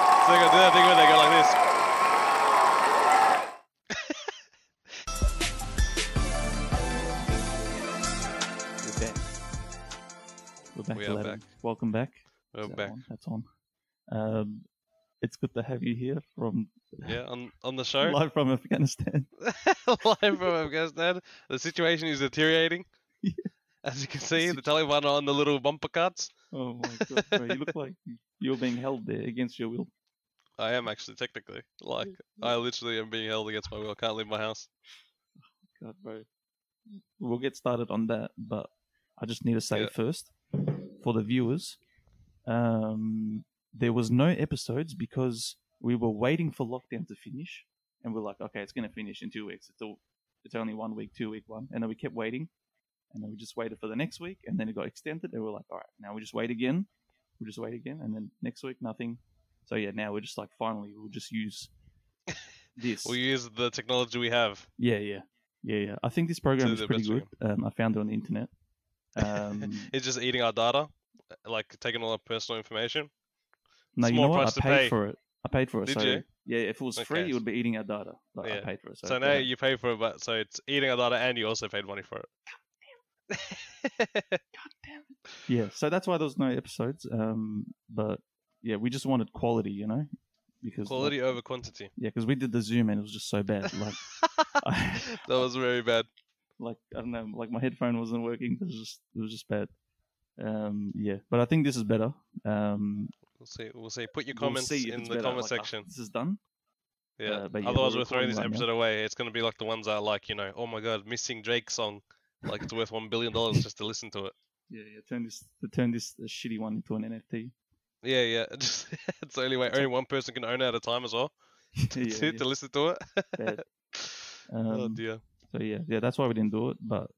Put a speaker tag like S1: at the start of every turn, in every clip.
S1: I think when they go like this.
S2: We're back. We're back,
S1: We are
S2: Aladdin. Welcome back.
S1: We're
S2: Is that
S1: back.
S2: on? That's on. Um, it's good to have you here from
S1: Yeah, on, on the show.
S2: live from Afghanistan.
S1: Live from Afghanistan. The situation is deteriorating.
S2: Yeah.
S1: As you can see, the Taliban are on the little bumper carts.
S2: Oh my god, bro, you look like you're being held there against your will.
S1: I am actually technically. Like,
S2: Mm-hmm.
S1: I literally am being held against my will. I can't leave my house.
S2: God, bro. We'll get started on that, but I just need to say
S1: Yeah.
S2: first for the viewers, um, there was no episodes because we were waiting for lockdown to finish, and we're like, okay, it's gonna finish in two weeks. It's all, it's only one week, two week one, and then we kept waiting, and then we just waited for the next week, and then it got extended, and we're like, all right, now we just wait again, we just wait again, and then next week nothing. So yeah, now we're just like, finally, we'll just use this.
S1: We use the technology we have.
S2: Yeah, yeah, yeah, yeah. I think this program
S1: To
S2: is
S1: the
S2: pretty
S1: best we
S2: good. Um, I found it on the internet. Um,
S1: It's just eating our data, uh, like taking all our personal information.
S2: no, you
S1: more
S2: know what? I
S1: price to
S2: paid
S1: pay.
S2: for it. I paid for it.
S1: Did
S2: so
S1: you?
S2: yeah, if it was free,
S1: Okay.
S2: it would be eating our data. Like, I
S1: Yeah.
S2: paid for it. So,
S1: So, now
S2: yeah.
S1: you pay for it, but so it's eating our data and you also paid money for it.
S2: yeah. So that's why there was no episodes. Um, but yeah, we just wanted quality, you know, because like-
S1: Quality over quantity.
S2: yeah, because we did the Zoom and it was just so bad. Like, I,
S1: that was very bad.
S2: like I don't know, like my headphone wasn't working. It was just it was just bad. Um, yeah, but I think this is better. Um,
S1: We'll see. We'll see. Put your
S2: we'll
S1: comments
S2: see if
S1: in
S2: it's
S1: the
S2: better,
S1: comment
S2: like, after
S1: section.
S2: This is done.
S1: Yeah.
S2: Uh, but yeah,
S1: Otherwise,
S2: we're
S1: we're throwing
S2: recording
S1: this
S2: right now.
S1: episode away. It's going to be like the ones that are like, you know, oh my god, missing Drake song. Like it's worth one billion dollars just to listen to it.
S2: Yeah, yeah. Turn this to turn this uh, shitty one into an NFT.
S1: Yeah, yeah. Just, it's the only way. Only one person can own it at a time as well
S2: yeah,
S1: to, to listen to it.
S2: yeah, bad.
S1: oh
S2: Um,
S1: dear.
S2: so yeah, yeah. That's why we didn't do it. But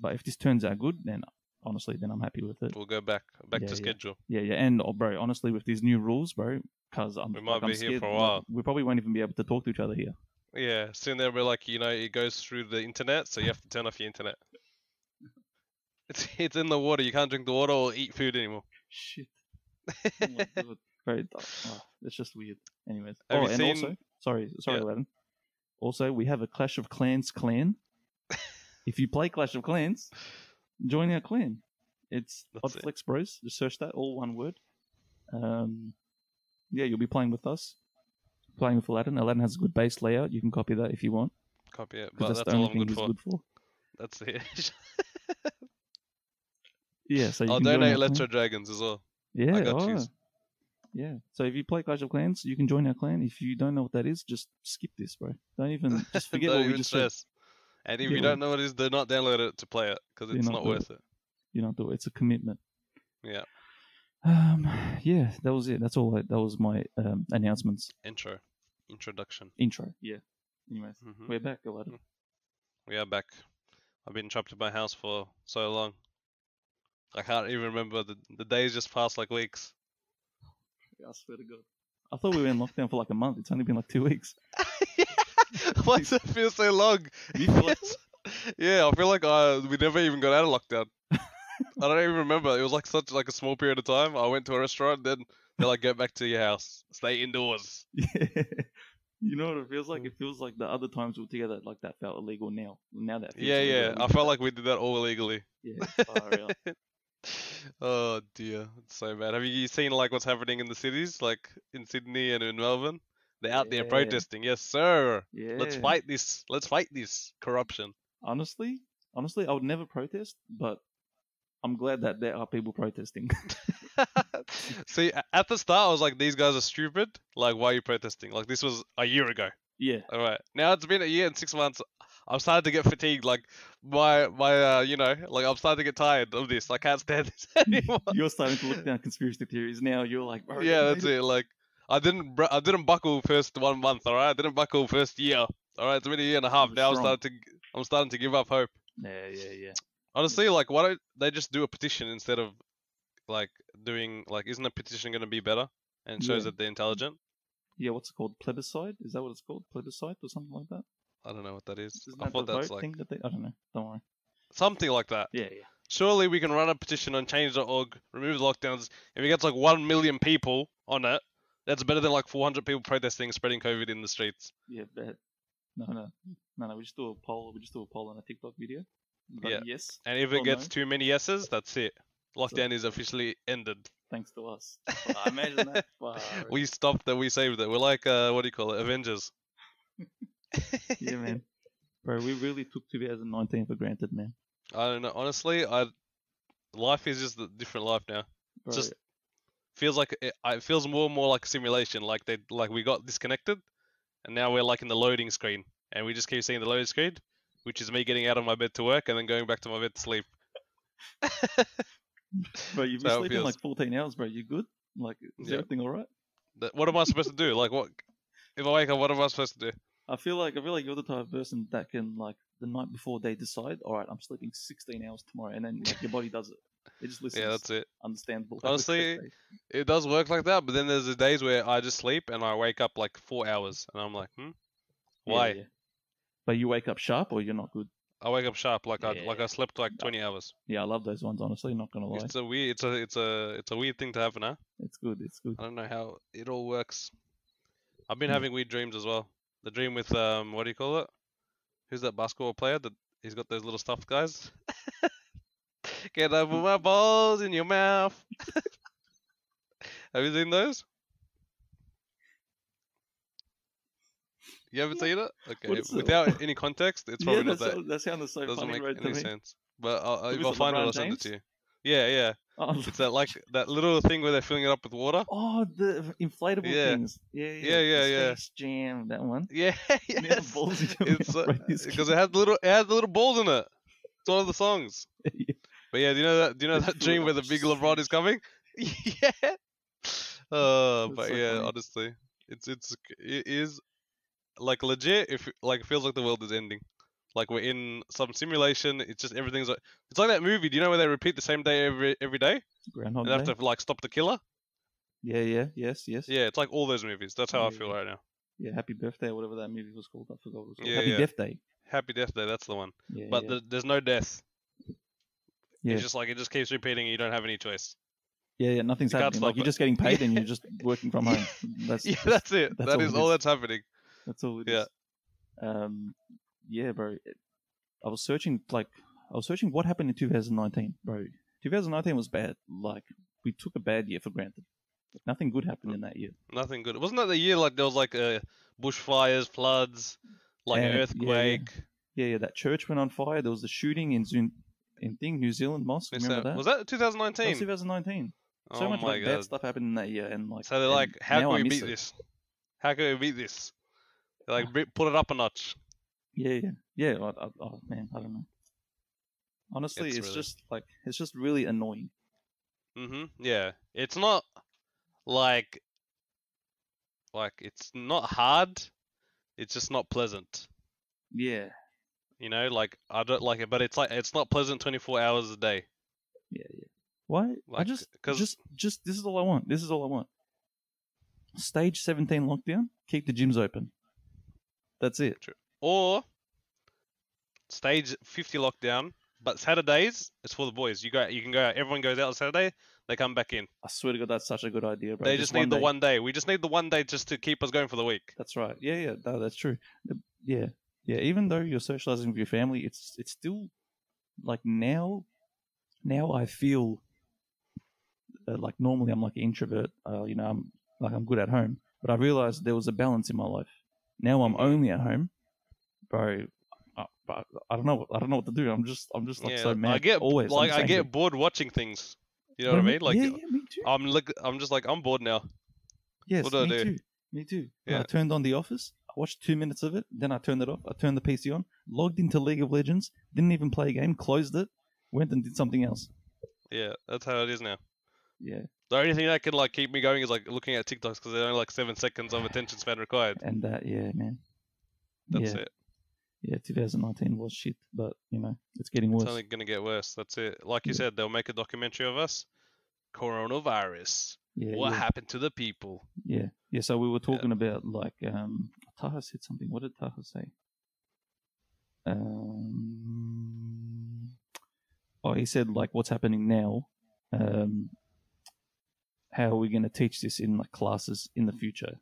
S2: but if this turns out good, then honestly, then I'm happy with it.
S1: We'll go back back
S2: yeah,
S1: to
S2: yeah.
S1: schedule.
S2: Yeah, yeah. And oh, bro, honestly, with these new rules, bro, because I'm
S1: We might
S2: like, I'm
S1: be here
S2: scared,
S1: for a
S2: like,
S1: while.
S2: we probably won't even be able to talk to each other here.
S1: Yeah. Soon they'll be like, you know, it goes through the internet, so you have to turn off your internet. It's it's in the water. You can't drink the water or eat food anymore.
S2: Shit. Oh my god. Bro, oh, it's just weird. Anyways.
S1: Have
S2: oh,
S1: you
S2: and
S1: seen-
S2: also, sorry, sorry,
S1: Yeah.
S2: Aladdin. Also, we have a Clash of Clans clan. if you play Clash of Clans, join our clan. It's
S1: That's it.
S2: Oddflex Bros. Just search that, all one word. Um, yeah, you'll be playing with us. Playing with Aladdin. Aladdin has a good base layout. You can copy that if you want,
S1: Copy it. But
S2: because
S1: that's,
S2: that's, the
S1: all
S2: only
S1: I'm good
S2: thing he's
S1: for.
S2: good for.
S1: That's it.
S2: Yeah, so you
S1: I'll
S2: can join our
S1: donate
S2: clan.
S1: Electro Dragons as well.
S2: Yeah,
S1: I got yous.
S2: oh. Yeah. So if you play Clash of Clans, you can join our clan. If you don't know what that is, just skip this, bro. Don't even just forget
S1: Don't
S2: what we
S1: even
S2: just said.
S1: stress. And if
S2: Forget
S1: you
S2: what-
S1: don't know what it is, do not download it to play it because
S2: Do
S1: it's
S2: not
S1: not
S2: do it.
S1: worth it.
S2: You know, do it. It's a commitment.
S1: Yeah.
S2: Um. Yeah, that was it. That's all. I, that was my um, announcements
S1: Intro, introduction.
S2: intro. Yeah. Anyways,
S1: hmm
S2: we're back, Aladdin.
S1: We are back. I've been trapped in my house for so long. I can't even remember the the days just passed like weeks.
S2: I swear to God. I thought we were in lockdown for like a month. It's only been like two weeks.
S1: Why does it feel so long?
S2: You feel like-
S1: yeah, I feel like I we never even got out of lockdown. I don't even remember. It was like such like a small period of time. I went to a restaurant, then then I get back to your house, stay indoors.
S2: Yeah. You know what it feels
S1: Mm.
S2: like? It feels like the other times we were together, like that felt illegal now. Now that feels
S1: Yeah,
S2: illegal.
S1: yeah. I felt like we did that all illegally.
S2: yeah. far out.
S1: oh dear, it's so bad. Have you seen like what's happening in the cities, like in Sydney and in Melbourne? They're out there
S2: Yeah.
S1: protesting. Yes, sir.
S2: Yeah.
S1: Let's fight this. Let's fight this corruption.
S2: honestly, honestly, I would never protest, but I'm glad that there are people protesting.
S1: See, a- at the start, I was like, these guys are stupid. Like, why are you protesting? Like, this was a year ago.
S2: yeah,
S1: All right. Now it's been a year and six months. I'm starting to get fatigued. Like, my, my, uh, you know, like, I'm starting to get tired of this. I can't stand this anymore.
S2: you're starting to look down conspiracy theories now. You're like, "Bro,
S1: Uh, yeah,
S2: they
S1: that's
S2: made
S1: it. Like, I didn't, br- I didn't buckle first one month. All right, I didn't buckle first year. All right, it's been a year and a half
S2: You're
S1: now. I'm
S2: strong.
S1: starting to, g- I'm starting to give up hope.
S2: Yeah, yeah, yeah.
S1: Honestly, like, why don't they just do a petition instead of, like, doing like, isn't a petition going to be better? And it shows
S2: Yeah.
S1: that they're intelligent.
S2: Yeah, what's it called? Plebiscite? Is that what it's called? Plebiscite or something like that?
S1: I don't know what that is.
S2: Isn't
S1: I
S2: that the
S1: thought that's
S2: vote
S1: like
S2: thing that they? I don't know. Don't worry.
S1: something like that.
S2: Yeah, yeah.
S1: Surely we can run a petition on change.org, remove the lockdowns. If it gets like one million people on it, That's better than like 400 people protesting, spreading COVID in the streets.
S2: Yeah, bet. No, no, no, no. We just do a poll. We just do a poll on a TikTok video. Like,
S1: Yeah.
S2: Yes,
S1: And if it
S2: Oh,
S1: gets
S2: no.
S1: too many yeses, that's it. Lockdown is officially ended.
S2: thanks to us. Fuck, imagine that. Fuck.
S1: We stopped that. We saved it. We're like, uh, what do you call it? Avengers.
S2: yeah, man. Bro, we really took 2019 for granted, man.
S1: I don't know. Honestly, I life is just a different life now.
S2: Bro,
S1: Just- Feels like it, I- it feels more and more like a simulation. Like they like we got disconnected, and now we're like in the loading screen, and we just keep seeing the loading screen, which is me getting out of my bed to work and then going back to my bed to sleep.
S2: bro, you've
S1: so
S2: been
S1: it
S2: sleeping
S1: feels.
S2: like 14 hours, bro. You good? Like, is
S1: Yeah.
S2: everything all right?
S1: Th- What am I supposed to do? Like what? If I wake up, what am I supposed to do?
S2: I feel like I feel like you're the type of person that can like the night before they decide, all right, I'm sleeping 16 hours tomorrow, and then like, your body does it. It just listens.
S1: Yeah, that's it.
S2: understandable.
S1: Honestly, It does work like that, but then there's the days where I just sleep and I wake up like four hours, and I'm like, hmm, why?
S2: But you wake up sharp, or you're not good.
S1: I wake up sharp, like I like
S2: Yeah.
S1: I slept like 20 hours.
S2: Yeah, I love those ones. Honestly, not gonna lie,
S1: It's a weird, it's a it's a it's a weird thing to happen, huh?
S2: it's good. It's good.
S1: I don't know how it all works. I've been
S2: Yeah.
S1: having weird dreams as well. The dream with um, what do you call it? Who's that basketball player that he's got those little stuffed guys? Get over my balls in your mouth. Have you seen those? You haven't
S2: Yeah.
S1: seen it? Okay.
S2: is it?
S1: Without any context, it's
S2: yeah,
S1: probably not
S2: that's,
S1: that.
S2: that sounded so
S1: doesn't
S2: funny
S1: make
S2: right to
S1: any
S2: me.
S1: sense. But I'll, I'll,
S2: Who
S1: if
S2: is
S1: I
S2: it,
S1: find it,
S2: LeBron
S1: I'll send it
S2: James?
S1: to you. Yeah, yeah.
S2: Oh,
S1: It's that like that little thing where they're filling it up with water.
S2: oh, the inflatable
S1: Yeah.
S2: things. Yeah, yeah,
S1: Yeah, yeah,
S2: the
S1: yeah.
S2: Space Jam, that one.
S1: Yeah, yes.
S2: balls in your
S1: it's uh,
S2: mouth, right, this
S1: because it had little it had the little balls in it. It's one of the songs.
S2: Yeah.
S1: But yeah, do you know that? Do you know
S2: They
S1: that
S2: fill it
S1: dream
S2: up
S1: where the
S2: with
S1: big LeBron is coming? yeah. Uh,
S2: That's
S1: but
S2: so
S1: yeah,
S2: funny.
S1: honestly, it's it's it is like legit. If like it feels like the world is ending, like we're in some simulation. It's just everything's like, it's like that movie. Do you know where they repeat the same day every every day
S2: Groundhog
S1: and
S2: Day.
S1: they have to like stop the killer?
S2: Yeah, yeah, yes, yes.
S1: Yeah, it's like all those movies. That's how I
S2: Yeah.
S1: feel right now.
S2: Yeah, Happy Birthday, whatever that movie was called. I forgot. What it was called.
S1: Yeah,
S2: Happy
S1: yeah.
S2: Death Day.
S1: Happy Death Day. That's the one.
S2: Yeah,
S1: But
S2: yeah.
S1: th there's no death.
S2: Yeah.
S1: It's just like it just keeps repeating, and you don't have any choice.
S2: yeah, yeah, nothing's
S1: you can't
S2: happening. Like
S1: stop it.
S2: you're just getting paid and you're just working from home. That's
S1: yeah, that's it.
S2: that's
S1: That
S2: all
S1: is
S2: it
S1: all
S2: is.
S1: that's happening.
S2: That's all it
S1: Yeah.
S2: is. Um, yeah, bro. it- I was searching, like, I was searching what happened in 2019, bro. 2019 was bad. Like, we took a bad year for granted. Nothing good happened
S1: Mm.
S2: in that year.
S1: Nothing good. Wasn't that the year like there was like uh, bushfires, floods, like
S2: Yeah, yeah,
S1: an
S2: yeah.
S1: earthquake?
S2: Yeah, yeah. That church went on fire. There was a shooting in Zoom, in thing New Zealand mosque.
S1: Is
S2: Remember that?
S1: that- Was that
S2: That was
S1: 2019?
S2: 2019. So
S1: oh
S2: much
S1: my
S2: like
S1: god!
S2: bad stuff happened in that year, and like.
S1: so they're
S2: and
S1: like, how
S2: now
S1: can
S2: I
S1: we
S2: miss
S1: beat
S2: it."
S1: this? How can we beat this? They're like "Bri- put it up a notch.
S2: Yeah, yeah, yeah. I, I, oh man, I don't know. Honestly,
S1: It's
S2: it's,
S1: really-
S2: just like it's just really annoying.
S1: hmm Yeah, it's not like like it's not hard. It's just not pleasant.
S2: Yeah,
S1: You know, like I don't like it, but it's like it's not pleasant 24 hours a day.
S2: yeah, yeah. Why? I
S1: Like,
S2: just,
S1: 'cause-
S2: just, just. This is all I want. This is all I want. Stage seventeen lockdown. Keep the gyms open. That's it.
S1: or stage 50 lockdown but saturdays it's for the boys you go you can go out everyone goes out on saturday they come back in
S2: I swear to God, that's such a good idea, bro.
S1: they just, need the
S2: day.
S1: one day we just need the one day just to keep us going for the week
S2: That's right. Yeah, yeah. No, that's true. The- Yeah, yeah. Even though you're socializing with your family, it's it's still like now. Now I feel uh, like normally I'm like an introvert. Uh, you know, I'm like I'm good at home, but I realized there was a balance in my life. Now I'm
S1: Mhm.
S2: only at home, bro. I, I, I don't know. what- I don't know what to do. I'm just. I'm just like
S1: yeah
S2: so mad.
S1: i get
S2: always. I'm
S1: like
S2: just
S1: i
S2: angry.
S1: get bored watching things you know what i mean like uh,
S2: yeah, yeah, me too.
S1: i'm look i'm just like i'm bored now
S2: Yes,
S1: What do I
S2: me
S1: do?
S2: too. Me too.
S1: Yeah.
S2: I turned on The Office. I watched two minutes of it. Then I turned it off. I turned the PC on. Logged into League of Legends. Didn't even play a game. Closed it. Went and did something else.
S1: yeah that's how it is now
S2: Yeah,
S1: the only thing that can like keep me going is like looking at tiktoks because they're only like seven seconds of attention span required
S2: and that. Yeah, man.
S1: that's
S2: yeah,
S1: it
S2: yeah. 2019 was shit, but you know it's getting
S1: it's
S2: worse.
S1: only gonna get worse that's it like you
S2: Yeah.
S1: said they'll make a documentary of us coronavirus
S2: yeah,
S1: what
S2: yeah,
S1: happened to the people?
S2: yeah, yeah. So we were talking about like um, Taha said something. What did Taha say? Um, oh, he said like what's happening now. Um, how we're going to teach this in like classes in the future,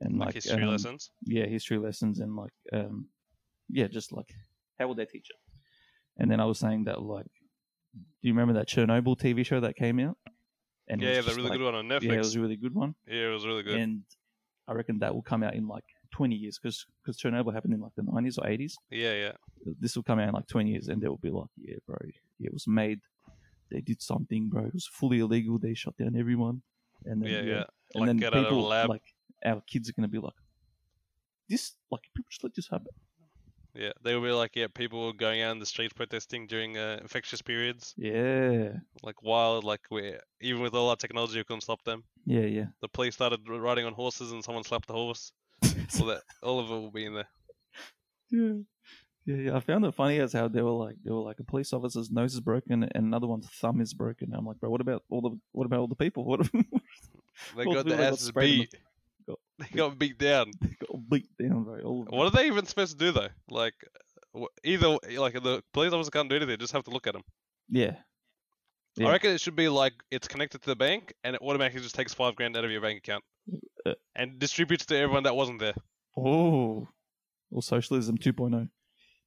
S2: and
S1: like, history
S2: um,
S1: lessons.
S2: yeah, history lessons and like, um, yeah, just like how would they teach it? And then I was saying that like, do you remember that Chernobyl TV show that came out? And it
S1: Yeah,
S2: was
S1: yeah, the
S2: just,
S1: really
S2: like-
S1: good one on Netflix.
S2: Yeah, it was a really good one,
S1: really good.
S2: and I reckon that will come out in like 20 years because because Chernobyl happened in like the 90s or 80s.
S1: Yeah, yeah.
S2: This will come out in like 20 years, and they will be like, yeah, bro, it was made. They did something, bro. It was fully illegal. They shut down everyone, and then
S1: Yeah, yeah.
S2: and
S1: Like,
S2: then
S1: get out
S2: people
S1: of a lab.
S2: like our kids are gonna be like, this like people just let this happen.
S1: Yeah, they were like, yeah, people were going out in the streets protesting during uh, infectious periods,
S2: Yeah,
S1: like wild, like we even with all our technology, we couldn't stop them.
S2: yeah, yeah.
S1: The police started r- riding on horses, and someone slapped the horse. all that, all of it will be in there.
S2: yeah, yeah, yeah. I found it funny as how they were like, they were like, a police officer's nose is broken and another one's thumb is broken. I'm like, bro, what about all the, what about all the people? What about
S1: They
S2: Well,
S1: got
S2: we
S1: their
S2: all got
S1: asses
S2: sprayed in the-
S1: beat. They got beat down.
S2: they got all beat down, bro? All of them.
S1: What are they even supposed to do though? Like, wh- either like the police officer can't do anything; just have to look at them.
S2: Yeah, Yeah.
S1: I reckon it should be like it's connected to the bank, and it automatically just takes five grand out of your bank account
S2: Uh.
S1: and distributes to everyone that wasn't there.
S2: Oh, or socialism oh. 2.0.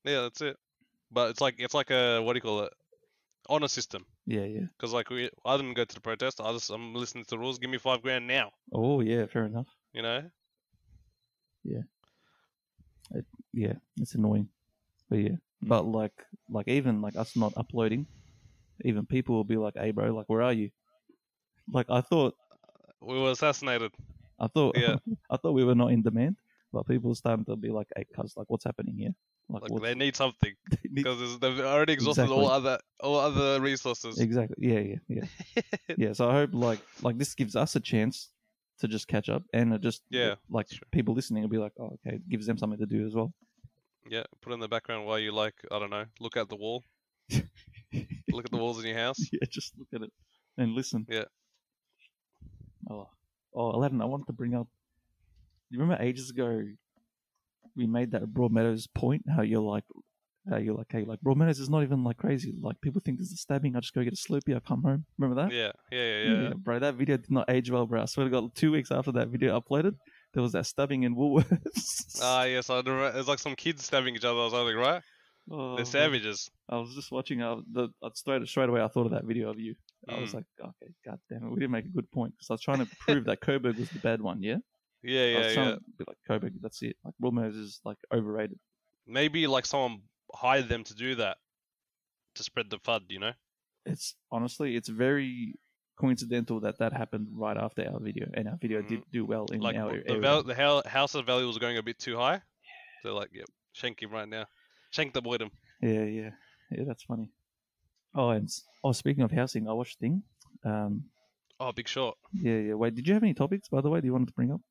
S1: Yeah, that's it. But it's like it's like a what do you call it? Honor system.
S2: Yeah, yeah.
S1: Because like we, I didn't go to the protest. I just I'm listening to the rules. Give me five grand now.
S2: Oh, yeah. Fair enough.
S1: You know.
S2: Yeah, it's annoying, but yeah.
S1: Hmm.
S2: But like, like even like us not uploading, even people will be like, "Hey, bro, like, where are you?" Like, I thought,
S1: We were assassinated.
S2: I thought,
S1: Yeah.
S2: I thought we were not in demand, but people are starting to be like, "Hey, cuz, like, what's happening here?" Like,
S1: Like
S2: what's,
S1: they need something
S2: they need-
S1: because they've already exhausted all
S2: Exactly.
S1: other all other resources.
S2: exactly. Yeah, yeah, yeah, yeah. So I hope like like this gives us a chance to just catch up, and it just
S1: Yeah,
S2: like
S1: sure.
S2: people listening will be like, "Oh, okay," it gives them something to do as well.
S1: Yeah, put in the background while you like I don't know. Look at the wall. look at the walls in your house.
S2: yeah, just look at it and listen.
S1: Yeah.
S2: Oh, oh, Aladdin, I wanted to bring up. You remember ages ago, we made that Broadmeadows point. How you're like, how you're like, hey, like Broadmeadows is not even like crazy. Like people think there's a stabbing. I just go get a Slurpee. I come home. Remember that?
S1: Yeah, yeah, yeah, yeah.
S2: bro. That video did not age well, bro. I swear to God, two weeks after that video uploaded, there was that stabbing in Woolworths.
S1: Ah, yes, I remember. It's like some kids stabbing each other or something, right?
S2: Oh,
S1: They're
S2: man.
S1: savages.
S2: I was just watching. Uh, the uh, straight straight away, I thought of that video of you. I was
S1: Mm.
S2: like, okay, god damn it, we didn't make a good point because I was trying to prove that Coburg was the bad one. Yeah,
S1: Yeah,
S2: I
S1: yeah,
S2: was
S1: yeah.
S2: trying to be like Coburg. That's it. Like Wilmers is like overrated.
S1: Maybe like someone hired them to do that to spread the fud, you know?
S2: It's honestly, it's very coincidental that that happened right after our video, and our video
S1: Mhm.
S2: did do well in
S1: Like
S2: our
S1: w- the,
S2: area.
S1: val- the hou- house of value was going a bit too high. They're like, yep, shank him right now. Shank the boy him.
S2: Yeah, yeah, yeah. That's funny. Oh, and s- oh, speaking of housing, I watched Thing. Um,
S1: Oh, big short.
S2: yeah, yeah. Wait, did you have any topics by the way? Do you wanted to bring up?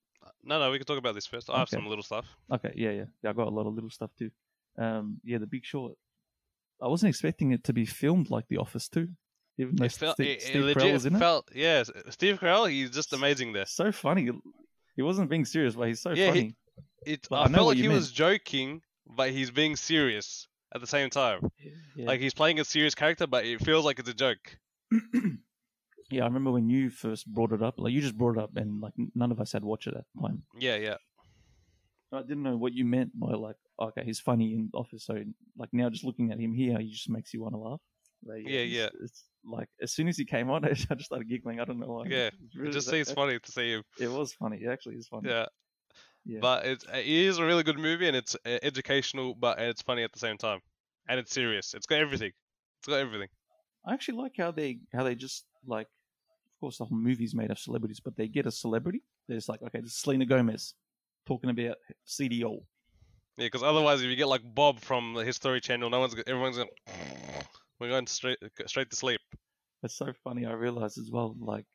S1: No, no, we can talk about this first. I have
S2: Okay.
S1: some little stuff.
S2: Okay, yeah, yeah, yeah. I got a lot of little stuff too. Um, yeah, The Big Short. I wasn't expecting it to be filmed like The Office too, even though
S1: It felt,
S2: Steve,
S1: it, it
S2: Steve Carell
S1: legit
S2: was in it.
S1: felt, yeah, s- Steve Carell, he's just amazing there.
S2: So funny. He wasn't being serious, but he's so
S1: Yeah, he-
S2: funny.
S1: It,
S2: Well, I
S1: I,
S2: know
S1: felt
S2: what
S1: like
S2: you
S1: he
S2: meant.
S1: was joking, but he's being serious at the same time.
S2: yeah.
S1: Like he's playing a serious character, but it feels like it's a joke.
S2: yeah, I remember when you first brought it up. Like you just brought it up, and like none of us had watched it at the time.
S1: Yeah, yeah.
S2: I didn't know what you meant by like, okay, he's funny in The Office. So like now, just looking at him here, he just makes you want to laugh. Like,
S1: Yeah, yeah.
S2: It's, it's, like as soon as he came on, I just started giggling. I don't know why.
S1: Yeah,
S2: It's
S1: It
S2: really-
S1: just seems funny to see him.
S2: It was funny. It actually is funny.
S1: Yeah.
S2: Yeah.
S1: But it's, it is a really good movie and it's uh, educational, but it's funny at the same time. And it's serious. It's got everything. It's got everything.
S2: I actually like how they how they just like, of course, the whole movie's made of celebrities, but they get a celebrity. They're just like, okay, this is Selena Gomez talking about CDO.
S1: Yeah, because otherwise, if you get like Bob from the History Channel, no one's go- everyone's going. We're going straight go straight to sleep.
S2: It's so funny. I realized as well, like,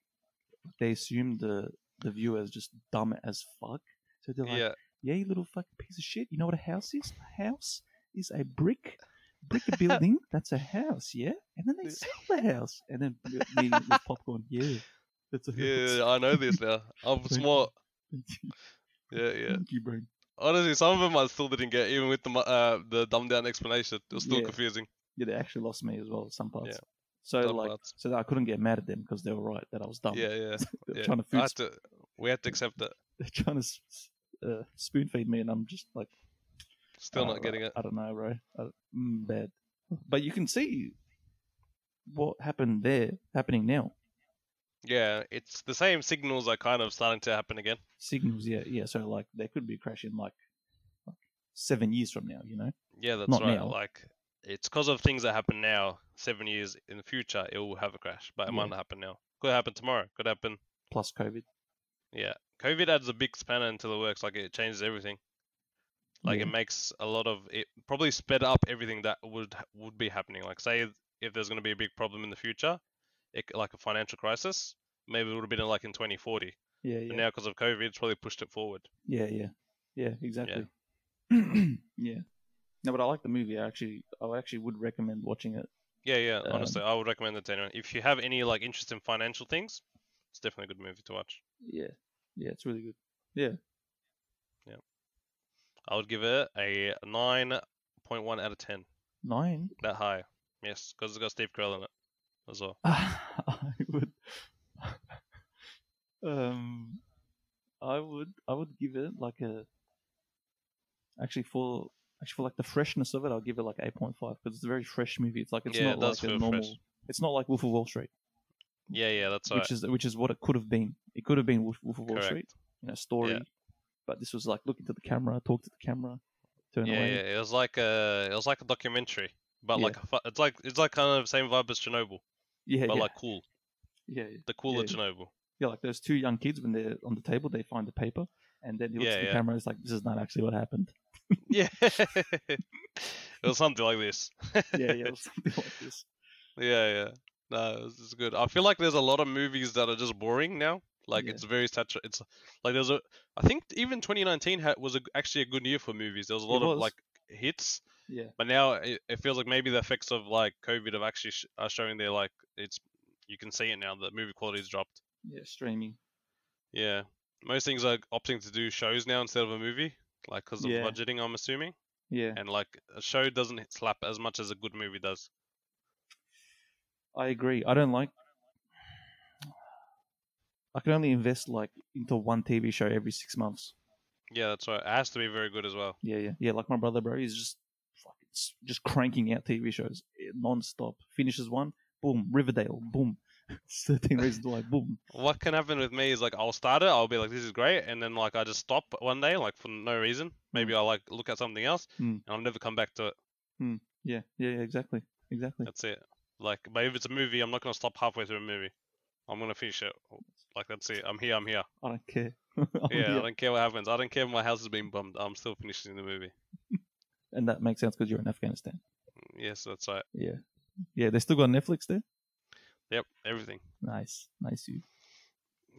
S2: they assume the the viewer is just dumb as fuck. So they're like, yeah,
S1: yeah,
S2: you little fucking piece of shit. You know what a house is? A house is a brick. Brick a building, that's a house, yeah? And then they
S1: Yeah.
S2: sell the house. And then me me with popcorn, yeah. That's a house.
S1: yeah, I know this now. I'm
S2: Thank you.
S1: smart.
S2: Thank you,
S1: Yeah, yeah.
S2: Thank you, brain.
S1: Honestly, some of them I still didn't get, even with the mu- uh, the dumbed down explanation. It was still
S2: Yeah.
S1: confusing.
S2: Yeah, they actually lost me as well. Some parts. So
S1: Dumb
S2: like,
S1: parts.
S2: so that I couldn't get mad at them because they were right that I was dumb.
S1: Yeah, yeah.
S2: They're
S1: yeah.
S2: trying to
S1: I
S2: food,
S1: had to, we had to accept that.
S2: they're trying to s- s- uh, spoon feed me, and I'm just like.
S1: Still
S2: Uh,
S1: not getting it.
S2: I don't know, bro. I, mm, bad. But you can see what happened there happening now.
S1: Yeah, it's the same signals are kind of starting to happen again.
S2: Signals, yeah, yeah. So like, they could be crashing like, like seven years from now. You know,
S1: Yeah, that's
S2: Not
S1: right.
S2: now.
S1: Like it's because of things that happen now. Seven years in the future, it will have a crash, but it
S2: Yeah.
S1: might not happen now. Could happen tomorrow. Could happen.
S2: plus COVID.
S1: Yeah, COVID adds a big spanner into the works. Like it changes everything. Like
S2: Yeah.
S1: it makes a lot of it probably sped up everything that would ha- would be happening. Like say if there's going to be a big problem in the future, it, c- like a financial crisis, maybe it would have been in, like in 2040.
S2: Yeah,
S1: But
S2: yeah,
S1: now because of COVID, it's probably pushed it forward.
S2: yeah, yeah, yeah. Exactly. Yeah. No, but I like the movie. I actually, I actually would recommend watching it.
S1: Yeah, yeah.
S2: Um,
S1: Honestly, I would recommend it to anyone. If you have any like interest in financial things, it's definitely a good movie to watch.
S2: Yeah, yeah, it's really good.
S1: I would give it a nine point one out of ten.
S2: Nine.
S1: That high, yes, because it's got Steve Carell in it as well.
S2: I would. um, I would. I would give it like a. Actually, for actually for like the freshness of it, I'll give it like eight point five because it's a very fresh movie. It's like it's
S1: Yeah,
S2: not
S1: it does
S2: like a
S1: feel
S2: normal.
S1: fresh.
S2: It's not like Wolf of Wall Street,
S1: Yeah, yeah, that's right.
S2: which is which is what it could have been. It could have been Wolf, Wolf of Wall
S1: Correct.
S2: Street, you know, story. But this was like look into the camera, talk to the camera, turn
S1: Yeah,
S2: away.
S1: yeah, it was like a it was like a documentary, but
S2: Yeah.
S1: like a, fu- it's like it's like kind of the same vibe as Chernobyl,
S2: Yeah,
S1: but
S2: yeah,
S1: like cool,
S2: yeah, yeah.
S1: the cooler
S2: Yeah.
S1: Chernobyl.
S2: Yeah, like those two young kids when they're on the table, they find the paper, and then he looks
S1: Yeah,
S2: at the
S1: yeah.
S2: camera. It's like this is not actually what happened.
S1: yeah, it was something like this.
S2: yeah, yeah, or something like this.
S1: Yeah, yeah. No, this is good. I feel like there's a lot of movies that are just boring now. Like
S2: Yeah.
S1: it's very saturated. It's like there's a. I think even 2019 ha- was a, actually a good year for movies. There was a
S2: It
S1: lot
S2: was.
S1: of like hits,
S2: Yeah,
S1: but now it, it feels like maybe the effects of like COVID have actually sh- are showing their like it's. You can see it now. The movie quality's dropped.
S2: yeah, streaming.
S1: Yeah, most things are opting to do shows now instead of a movie, like because of
S2: Yeah.
S1: budgeting, I'm assuming,
S2: Yeah,
S1: and like a show doesn't hit slap as much as a good movie does.
S2: I agree. I don't like. I can only invest like into one TV show every six months.
S1: Yeah, that's right. It has to be very good as well.
S2: Yeah, yeah, yeah. Like my brother, bro, he's just fucking s- just cranking out TV shows eh, non-stop. Finishes one, boom, Riverdale, boom, Thirteen Reasons Why, boom.
S1: What can happen with me is like I'll start it, I'll be like, this is great, and then like I just stop one day, like for no reason. Maybe I'll like look at something else,
S2: Mm.
S1: and I'll never come back to it.
S2: Yeah, yeah, yeah, exactly, exactly.
S1: That's it. Like, but if it's a movie, I'm not gonna stop halfway through a movie. I'm gonna finish it. Like that's it. I'm here. I'm here.
S2: I don't care. I'm
S1: yeah, I
S2: here.
S1: don't care what happens. I don't care if my house is being bombed. I'm still finishing the movie.
S2: and that makes sense because you're in Afghanistan.
S1: Yes, that's right.
S2: Yeah, yeah. They still got Netflix there.
S1: Yep, everything.
S2: Nice, nice you.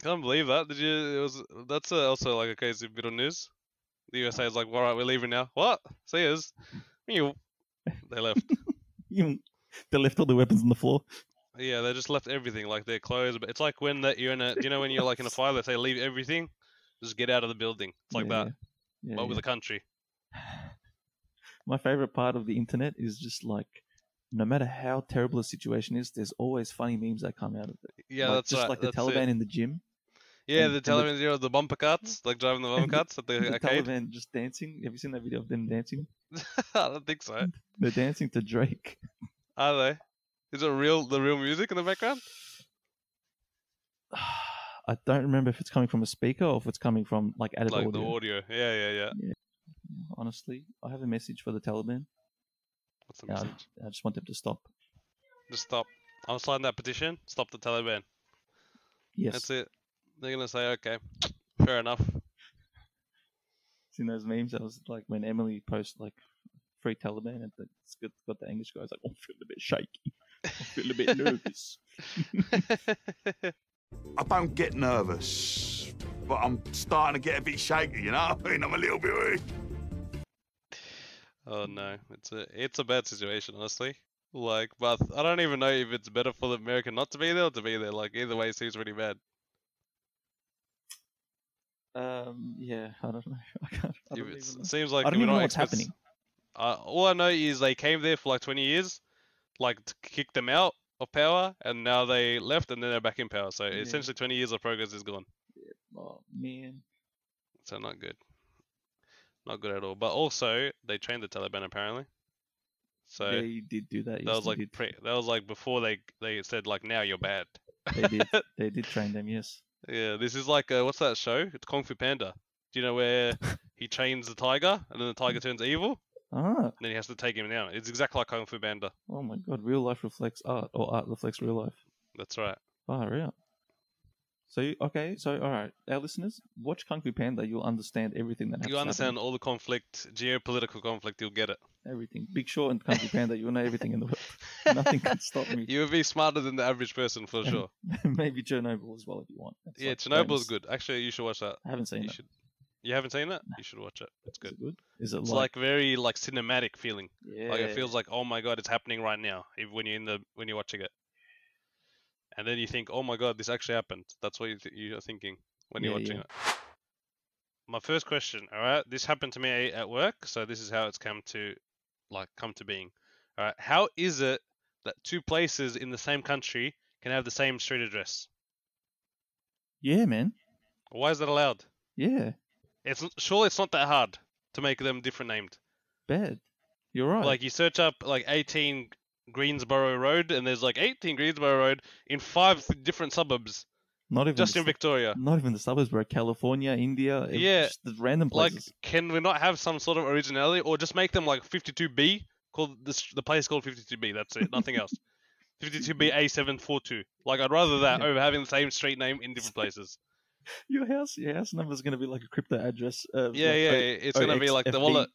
S1: Can't believe that. Did you? It was. That's uh, also like a crazy bit of news. The USA is like, all right, we're leaving now. What? See yous. Meow. They left.
S2: You, they left all the weapons on the floor.
S1: Yeah, they just left everything, like their clothes. But it's like when that you're in a, do you know, when you're like in a fire, they say leave everything, just get out of the building. It's like
S2: Yeah,
S1: that.
S2: yeah. Yeah,
S1: What with
S2: yeah.
S1: the country?
S2: My favorite part of the internet is just like, no matter how terrible a situation is, there's always funny memes that come out of it.
S1: Yeah,
S2: Like,
S1: that's
S2: just
S1: right,
S2: like the
S1: that's it.
S2: Taliban in the gym.
S1: Yeah,
S2: and-
S1: the
S2: and the-
S1: Taliban, you know, the bumper carts, like driving the bumper
S2: and the-
S1: carts at the
S2: The
S1: arcade.
S2: Taliban just dancing. Have you seen that video of them dancing?
S1: I don't think so.
S2: They're dancing to Drake.
S1: Are they? Is it real? The real music in the background?
S2: I don't remember if it's coming from a speaker or if it's coming from like added
S1: Like the
S2: audio.
S1: audio. Yeah, yeah, yeah.
S2: Honestly, I have a message for the Taliban.
S1: What's the
S2: Yeah, I-
S1: message?
S2: I just want them to stop.
S1: Just stop. I'm signing that petition. Stop the Taliban.
S2: Yes,
S1: That's it. They're gonna say, okay, fair enough.
S2: seen those memes. I was like, when Emily posts like free Taliban, and the, it's got, got the English guys like, "Oh, I'm feeling a bit shaky, I'm feeling a bit nervous.
S3: I don't get nervous, but I'm starting to get a bit shaky, you know? I mean, I'm a little bit worried.
S1: Oh no, it's a it's a bad situation, honestly. Like, but I don't even know if it's better for America not to be there or to be there. Like, either way, it seems really bad.
S2: Um, yeah, I don't know. I can't. I
S1: If
S2: don't
S1: it's-
S2: even know.
S1: It seems like
S2: I don't
S1: we're
S2: even know
S1: not
S2: what's
S1: experts-
S2: happening.
S1: Uh, all I know is they came there for like 20 years, like to kick them out, of power, and now they left, and then they're back in power. So
S2: Yeah.
S1: essentially, 20 years of progress is gone.
S2: Oh man.
S1: So not good. Not good at all. But also, they trained the Taliban apparently. So
S2: they did do that.
S1: that
S2: yes,
S1: was
S2: they
S1: like
S2: did.
S1: pre- that was like before they they said like now you're bad.
S2: they did. They did train them. Yes.
S1: Yeah, this is like uh, what's that show? It's Kung Fu Panda. Do you know where he trains the tiger and then the tiger turns evil?
S2: Ah.
S1: And then he has to take him down. It's exactly like Kung Fu Panda.
S2: Oh my god. Real life reflects art, or art reflects real life.
S1: That's right.
S2: Far out. So you- okay. So all right, our listeners, watch Kung Fu Panda. You'll understand everything that happens.
S1: You understand all the conflict, geopolitical conflict, you'll get it.
S2: everything. Big Short and Kung Fu Panda. You'll know everything in the world. Nothing can stop me.
S1: You would be smarter than the average person for
S2: Um,
S1: sure.
S2: Maybe Chernobyl as well if you want. It's
S1: Yeah,
S2: like
S1: Chernobyl's
S2: famous.
S1: good. Actually, you should watch that.
S2: I haven't seen
S1: You
S2: it.
S1: should. You haven't seen that? You should watch it. It's
S2: Is
S1: good.
S2: it good? Is it
S1: It's
S2: like,
S1: like very like cinematic feeling.
S2: yeah.
S1: Like it feels like oh my god, it's happening right now. Even when you're in the when you're watching it, and then you think oh my god, this actually happened. That's what you th- you're thinking when you're
S2: Yeah,
S1: watching
S2: yeah.
S1: it. My first question, all right. This happened to me eh, at work, so this is how it's come to, like, come to being. All right. How is it that two places in the same country can have the same street address?
S2: Yeah, man.
S1: Why is that allowed?
S2: Yeah.
S1: It's n- surely it's not that hard to make them different named.
S2: Bad. You're right.
S1: Like you search up like 18 Greensboro Road, and there's like 18 Greensboro Road in five th- different suburbs,
S2: not even
S1: just
S2: the
S1: in
S2: s-
S1: Victoria.
S2: Not even the suburbs, bro. California, India. it-
S1: Yeah,
S2: Just the random
S1: Like,
S2: places.
S1: can we not have some sort of originality, or just make them like 52B? Called this the place called 52B. That's it. Nothing else. 52B A742. Like I'd rather that
S2: Yeah.
S1: over having the same street name in different places.
S2: your house, your house number is gonna be like a crypto address. Uh,
S1: Yeah,
S2: like,
S1: yeah.
S2: uh,
S1: It's gonna be like the
S2: OXFB.
S1: wallet.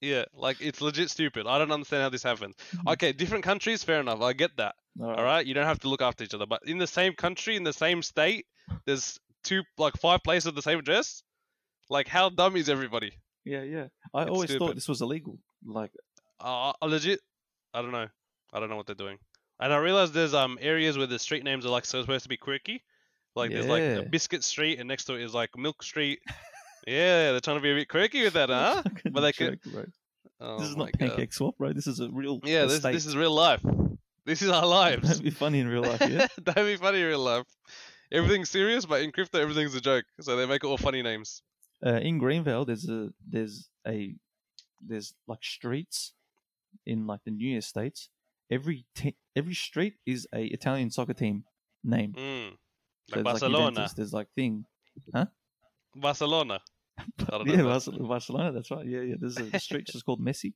S1: Yeah, like it's legit stupid. I don't understand how this happened.
S2: Mm-hmm.
S1: Okay, different countries, fair enough. I get that. All right, you don't have to look after each other, but in the same country, in the same state, there's two like five places with the same address. Like, how dumb is everybody?
S2: Yeah, yeah. I
S1: It's
S2: always thought
S1: stupid.
S2: this was illegal. Like,
S1: Uh, I legit, I don't know. I don't know what they're doing. And I realize there's um areas where the street names are like so supposed to be quirky. Like there's like
S2: Yeah.
S1: a Biscuit Street, and next to it is like Milk Street. yeah, they're trying to be a bit quirky with that, huh?
S2: fucking
S1: But they could-
S2: joke, bro.
S1: Oh
S2: this is
S1: my
S2: not
S1: God.
S2: pancake swap, bro. This is a real.
S1: Yeah, this
S2: estate.
S1: this is real life. This is our lives.
S2: That'd be funny in real life. Yeah.
S1: That'd be funny in real life. Everything's serious, but in crypto, everything's a joke. So they make it all funny names.
S2: uh, in Greenvale, there's a there's a there's like streets in like the New Estates. Every te- every street is a Italian soccer team name.
S1: Mm.
S2: So
S1: Like
S2: there's,
S1: Barcelona.
S2: Juventus, there's like thing.
S1: Barcelona. don't know
S2: yeah,
S1: that.
S2: Barcelona, Barcelona. That's right. Yeah, yeah. There's a the street just called Messi.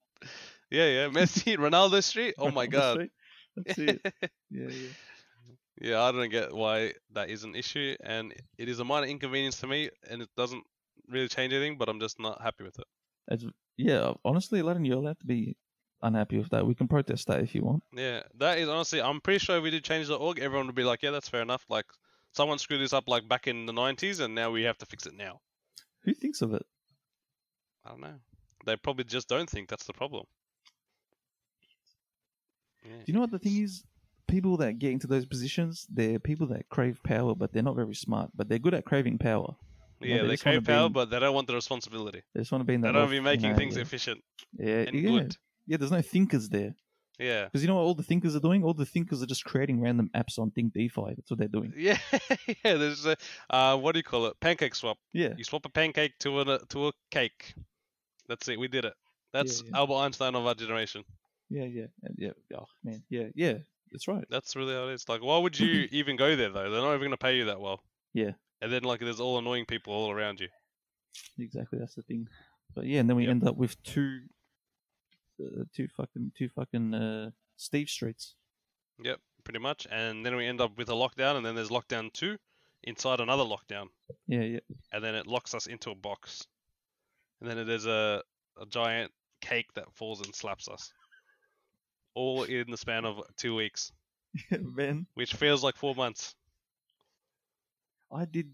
S1: Yeah, yeah. Messi, Ronaldo Street. Oh my
S2: The
S1: god.
S2: street. That's it. Yeah, yeah.
S1: Yeah, I don't get why that is an issue, and it is a minor inconvenience to me, and it doesn't really change anything. But I'm just not happy with it.
S2: It's, yeah. Honestly, Latin, you're allowed to be unhappy with that. We can protest that if you want.
S1: Yeah, that is honestly. I'm pretty sure if we did change the org, everyone would be like, "Yeah, that's fair enough." Like someone screwed this up like back in the '90s, and now we have to fix it now.
S2: Who thinks of it?
S1: I don't know. They probably just don't think that's the problem. Yeah.
S2: Do you know what the thing is? People that get into those positions, they're people that crave power, but they're not very smart. But they're good at craving power. know,
S1: yeah,
S2: they
S1: they
S2: just wanna
S1: crave power,
S2: be-
S1: but they don't want the responsibility.
S2: They just want to be in
S1: They
S2: that.
S1: don't want
S2: off-
S1: to be
S2: you
S1: making
S2: know,
S1: things
S2: yeah.
S1: efficient
S2: Yeah,
S1: and
S2: yeah.
S1: good.
S2: yeah. There's no thinkers there
S1: Yeah.
S2: because you know what all the thinkers are doing. All the thinkers are just creating random apps on Think DeFi. That's what they're doing.
S1: Yeah, yeah. There's a uh, what do you call it? Pancake swap.
S2: Yeah,
S1: You swap a pancake to a to a cake. That's it. We did it. That's
S2: yeah.
S1: Albert Einstein of our generation.
S2: yeah, yeah, and yeah. Oh man, yeah, yeah. That's right.
S1: That's really how it is. Like, why would you even go there though? They're not even gonna pay you that well.
S2: Yeah.
S1: And then like, there's all annoying people all around you.
S2: Exactly. That's the thing. But yeah, and then we
S1: Yep.
S2: end up with two, uh, two fucking, two fucking uh, Steve Streets.
S1: Yep, pretty much. And then we end up with a lockdown, and then there's lockdown two inside another lockdown,
S2: Yeah, yeah.
S1: and then it locks us into a box, and then there's a a giant cake that falls and slaps us. All in the span of two weeks.
S2: man,
S1: which feels like four months.
S2: I did,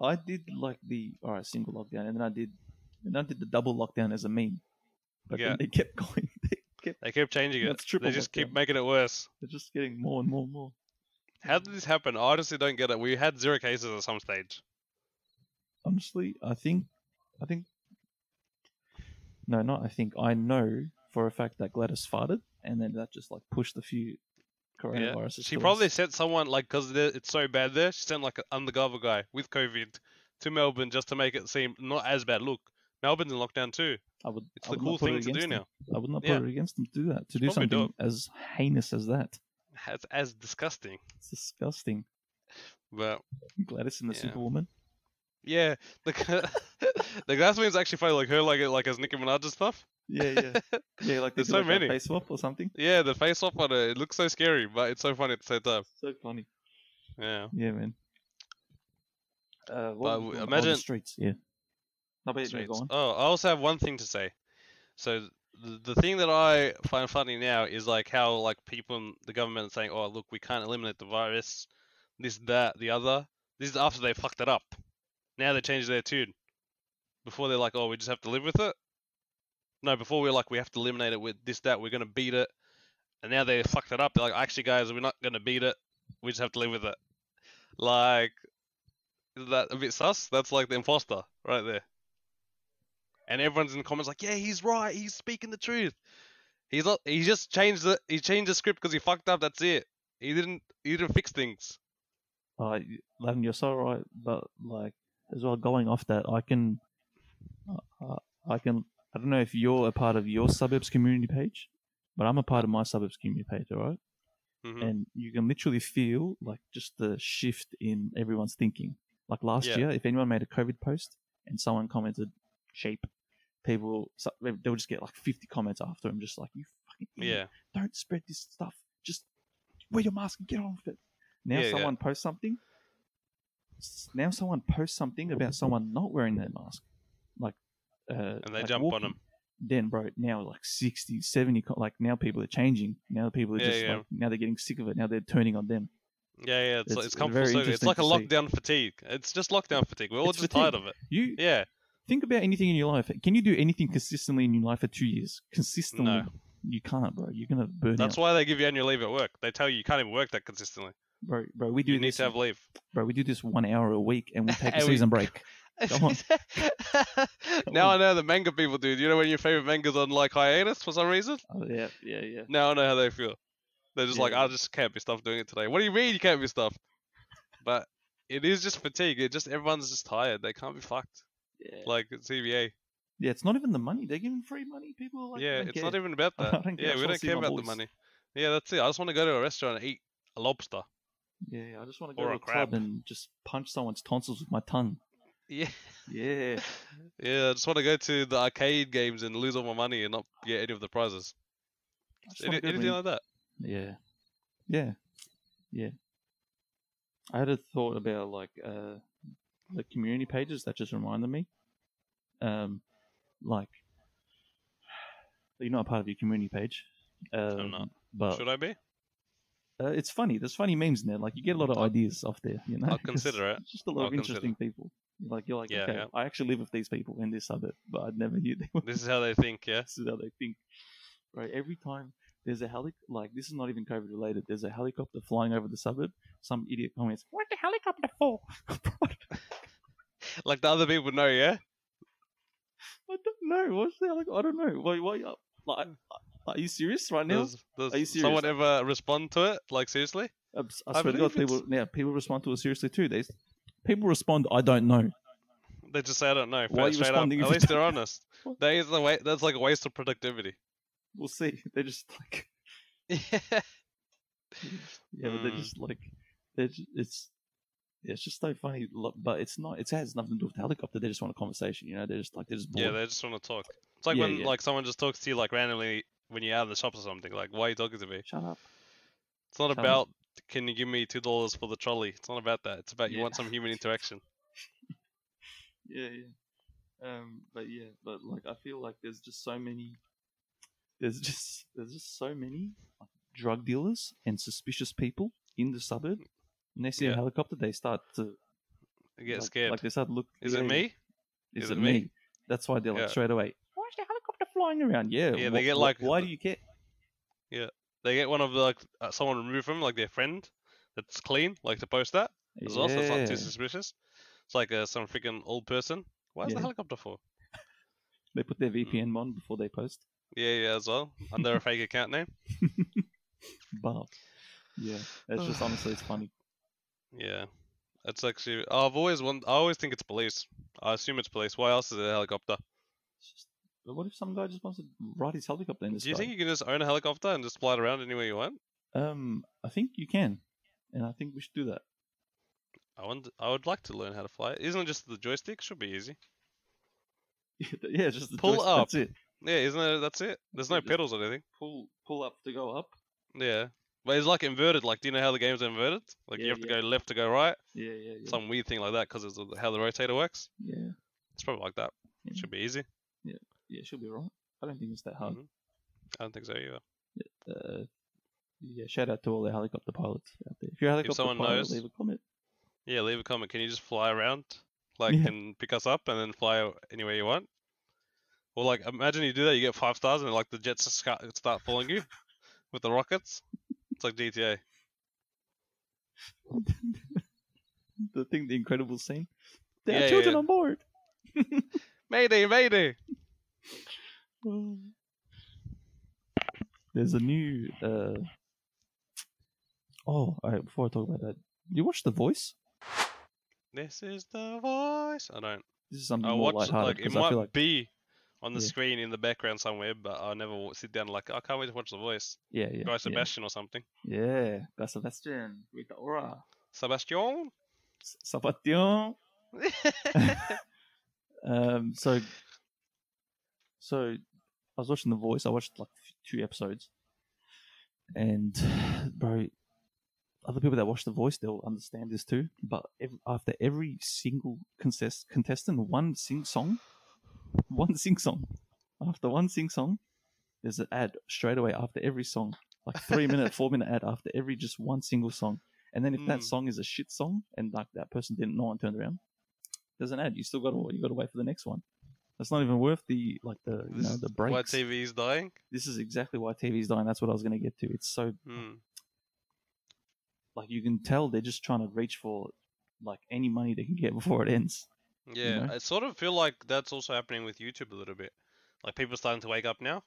S2: I did like the all right single lockdown, and then I did, and I did the double lockdown as a meme. But
S1: Yeah.
S2: then they kept going. They kept.
S1: They keep changing it.
S2: That's triple
S1: They just keep
S2: lockdown.
S1: making it worse.
S2: They're just getting more and more and more.
S1: How did this happen? I honestly don't get it. We had zero cases at some stage.
S2: honestly, I think, I think, no, not I think. I know for a fact that Gladys farted, and then that just like pushed the few Coronavirus. is
S1: She
S2: still-
S1: probably sent someone like because it's so bad there. She sent like an undercover guy with COVID to Melbourne just to make it seem not as bad. Look, Melbourne's in lockdown too.
S2: I would,
S1: It's
S2: I
S1: the
S2: would not
S1: cool
S2: put it
S1: thing to do
S2: against them.
S1: now.
S2: I would not put
S1: Yeah.
S2: it against them to do that. To do
S1: Probably
S2: something
S1: do
S2: as heinous as that.
S1: That's as disgusting.
S2: It's disgusting.
S1: But
S2: Gladys and the
S1: Yeah.
S2: Superwoman.
S1: yeah, the g- the glass one's actually funny. Like her, like like as Nicki Minaj's stuff.
S2: Yeah, yeah, yeah. Like they
S1: There's
S2: do
S1: so
S2: like a
S1: many.
S2: face swap or something.
S1: Yeah, the face off on it. It looks so scary, but it's so funny at the same time.
S2: So funny.
S1: Yeah.
S2: Yeah, man. Uh,
S1: But
S2: what were we
S1: w-
S2: talking about? Oh,
S1: imagine-
S2: the streets. Yeah. No, but yeah, go
S1: Sweet.
S2: on.
S1: Oh, I also have one thing to say. So the, the thing that I find funny now is like how like people in the government are saying, "Oh, look, we can't eliminate the virus, this, that, the other." This is after they fucked it up. Now they changed their tune. Before they're like, "Oh, we just have to live with it." No, before we were like, "We have to eliminate it with this, that. We're gonna beat it." And now they fucked it up. They're like, "Actually, guys, we're not gonna beat it. We just have to live with it." Like, is that a bit sus? That's like the imposter right there. And everyone's in the comments like, "Yeah, he's right. He's speaking the truth. He's not. He just changed the. He changed the script because he fucked up. That's it. He didn't. He didn't fix things.
S2: Uh, Lavin, you're so right, but like as well, going off that, I can, uh, I can, I don't know if you're a part of your suburbs community page, but I'm a part of my suburbs community page, all right?
S1: Mhm.
S2: And you can literally feel like just the shift in everyone's thinking. Like last
S1: Yeah.
S2: year, if anyone made a COVID post and someone commented sheep, people so- they they would just get like 50 comments after them, just like you fucking idiot
S1: Yeah.
S2: don't spread this stuff. Just wear your mask and get on with it. Now
S1: Yeah, yeah.
S2: someone posts something. s- Now someone posts something about someone not wearing their mask, like uh,
S1: And they
S2: like
S1: jump on
S2: walking.
S1: him.
S2: Then, bro, now like 60, 70, co- like now people are changing. Now people are
S1: Yeah,
S2: just
S1: yeah.
S2: like now they're getting sick of it. Now they're turning on them.
S1: Yeah, yeah. It's,
S2: It's
S1: like it's come full
S2: very
S1: circle. It's
S2: interesting
S1: like a
S2: to see.
S1: lockdown fatigue. It's just lockdown fatigue. We're all
S2: It's
S1: just tired of it.
S2: You
S1: Yeah.
S2: think about anything in your life. Can you do anything consistently in your life for two years? Consistently,
S1: No.
S2: you can't, bro. You're gonna burn
S1: That's
S2: out,
S1: why they give you annual leave at work. They tell you you can't even work that consistently.
S2: bro. Bro, we do
S1: You need
S2: this,
S1: to have leave.
S2: bro. We do this one hour a week, and we take a
S1: And we-
S2: season break. Come on.
S1: now
S2: on.
S1: I know the manga people do. Do you know when your favorite manga's on like hiatus for some reason?
S2: Oh, yeah, yeah, yeah.
S1: Now I know how they feel. They're just like,
S2: Yeah.
S1: I just can't be stuffed doing it today. What do you mean you can't be stuffed? But it is just fatigue. It just everyone's just tired. They can't be fucked.
S2: Yeah.
S1: Like it's CBA.
S2: Yeah, it's not even the money. They're giving free money. People are like,
S1: yeah,
S2: "Don't
S1: it's not
S2: care."
S1: even about
S2: I
S1: that.
S2: don't care, I
S1: yeah,
S2: just
S1: we
S2: wanna
S1: don't
S2: see
S1: care
S2: my
S1: about the
S2: boys.
S1: money. Yeah, that's it. I just want to go to a restaurant and eat a lobster.
S2: Yeah, I just want to go
S1: Or
S2: to
S1: a
S2: a club
S1: crab.
S2: and just punch someone's tonsils with my tongue.
S1: Yeah.
S2: Yeah,
S1: Yeah, I just want to go to the arcade games and lose all my money and not get any of the prizes.
S2: I just
S1: Any-
S2: wanna go to
S1: anything
S2: an-
S1: like that.
S2: yeah, yeah, yeah. I had a thought about like uh, the community pages that just reminded me, um, like you're not a part of your community page. Um,
S1: not.
S2: But
S1: Should I be?
S2: Uh, it's funny. There's funny memes in there. Like you get a lot of ideas off there. You know,
S1: I'll
S2: 'cause
S1: consider it.
S2: it's Just a lot
S1: I'll
S2: of interesting people. Like you're like,
S1: Yeah,
S2: okay,
S1: yeah.
S2: I actually live with these people in this suburb, but I never knew they were.
S1: This is how they think, yeah?
S2: This is how they think. Right. Every time there's a heli, like this is not even COVID related. There's a helicopter flying over the suburb. Some idiot comments, "What the helicopter for?"
S1: Like the other people know, yeah?
S2: I don't know. What's the helicopter? I don't know. Why? Why? uh, Like,
S1: Hmm.
S2: are you serious right now?
S1: Does, does
S2: you
S1: someone ever respond to it? Like seriously?
S2: I, I
S1: I
S2: swear to God,
S1: believe it's-
S2: people now people respond to it seriously too. They people respond, "I don't know."
S1: They just say I don't know.
S2: Why are you
S1: straight up.
S2: responding if
S1: At
S2: you
S1: least
S2: don't
S1: they're honest.
S2: What?
S1: That is the way. That's like a waste of productivity.
S2: We'll see. They're just like. Yeah, but they're
S1: Mm.
S2: just like they're ju- it's yeah, it's just so funny. lo- But it's not. It has nothing to do with the helicopter. They just want a conversation. You know, they're just like they're just bored.
S1: yeah, they just want to talk. It's like
S2: Yeah,
S1: when
S2: yeah.
S1: like someone just talks to you like randomly when you're out in the shop or something. Like, why are you talking to me?
S2: Shut up.
S1: It's not
S2: Shut up.
S1: about can you give me two dollars for the trolley. It's not about that. It's about you
S2: Yeah.
S1: want some human interaction.
S2: Yeah, yeah. Um, but yeah, but like I feel like there's just so many. There's just there's just so many like, drug dealers and suspicious people in the suburb. And they see a
S1: Yeah.
S2: helicopter, they start to
S1: I get
S2: like,
S1: scared.
S2: Like they start to look.
S1: is
S2: yeah,
S1: it me?
S2: Is, it me? That's why they're like
S1: Yeah.
S2: straight away. Why is the helicopter flying around? Yeah.
S1: Yeah,
S2: wh-
S1: they get,
S2: wh-
S1: like,
S2: Why
S1: the-
S2: do you care?
S1: They get one of the, like uh, someone removed from like their friend that's clean, like to post that. as well, so it's not
S2: Yeah.
S1: too suspicious. It's like uh, some freaking old person. Why is
S2: Yeah.
S1: the helicopter for?
S2: They put
S1: Hmm.
S2: their VPN on before they post.
S1: Yeah, yeah, as well. Under a fake account name.
S2: But Yeah, that's just honestly, it's funny.
S1: Yeah, that's actually. I've always won. I always think it's police. I assume it's police. Why else is it a helicopter?
S2: It's just, but what if some guy just wants to ride his helicopter in the
S1: Do you
S2: sky?
S1: think you can just own a helicopter and just fly it around anywhere you want?
S2: Um, I think you can, and I think we should do that.
S1: I want. I would like to learn how to fly. it. Isn't it just the joystick? Should be easy.
S2: yeah, it's just the
S1: Pull
S2: joystick,
S1: up.
S2: That's it.
S1: Yeah, isn't it? That's it. There's
S2: Yeah,
S1: no
S2: just-
S1: pedals or anything.
S2: Pull, pull up to go up.
S1: Yeah, but it's like inverted. Like, do you know how the game's inverted? Like, you
S2: Yeah,
S1: have to go left to go right.
S2: Yeah, yeah, yeah.
S1: Some weird thing like that because it's how the rotator works.
S2: yeah,
S1: It's probably like that.
S2: Yeah.
S1: Should be easy.
S2: yeah. She'll be right. I don't think it's that hard.
S1: Mhm. I don't think so either. Mm-hmm.
S2: Uh, yeah, shout out to all the helicopter pilots out there. If you're a helicopter
S1: someone
S2: pilot,
S1: knows-
S2: leave a comment.
S1: Yeah, leave a comment. Can you just fly around, like,
S2: Yeah.
S1: and pick us up and then fly o- anywhere you want? Or like, imagine you do that, you get five stars, and like the jets just sca- start following you with the rockets. It's like GTA.
S2: the thing, the incredible scene. There
S1: Yeah,
S2: are
S1: yeah,
S2: children
S1: yeah.
S2: on board.
S1: Mayday, mayday.
S2: There's a new. Uh... Oh, all right. Before I talk about that, you watch The Voice.
S1: This is the voice. I don't.
S2: This is something
S1: I
S2: more
S1: watch
S2: lighthearted
S1: like it
S2: because I
S1: might
S2: feel like
S1: be on the
S2: Yeah.
S1: screen in the background somewhere, but I never wa- sit down like I can't wait to watch the voice.
S2: yeah, yeah,
S1: Guy
S2: yeah,
S1: Sebastian or something.
S2: yeah. Guy Sebastian with the aura.
S1: Sebastian.
S2: S- Sebastian. Um, so, so I was watching The Voice. I watched like two episodes, and bro, other people that watch The Voice they'll understand this too. But ev after every single contest- contestant, one sing song, one sing song, after one sing song, there's an ad straight away after every song, like three minute, four minute ad after every just one single song. And then if that
S1: Mm.
S2: song is a shit song and like that person didn't, no one turned around. There's an ad. You still got to you got to wait for the next one. That's not even worth the like the you
S1: This
S2: know
S1: is
S2: the
S1: Why
S2: breaks.
S1: TV is dying?
S2: This is exactly why TV's dying. That's what I was going to get to. It's so
S1: Hmm.
S2: like you can tell they're just trying to reach for like any money they can get before it ends.
S1: Yeah,
S2: know?
S1: I sort of feel like that's also happening with YouTube a little bit. Like people starting to wake up now.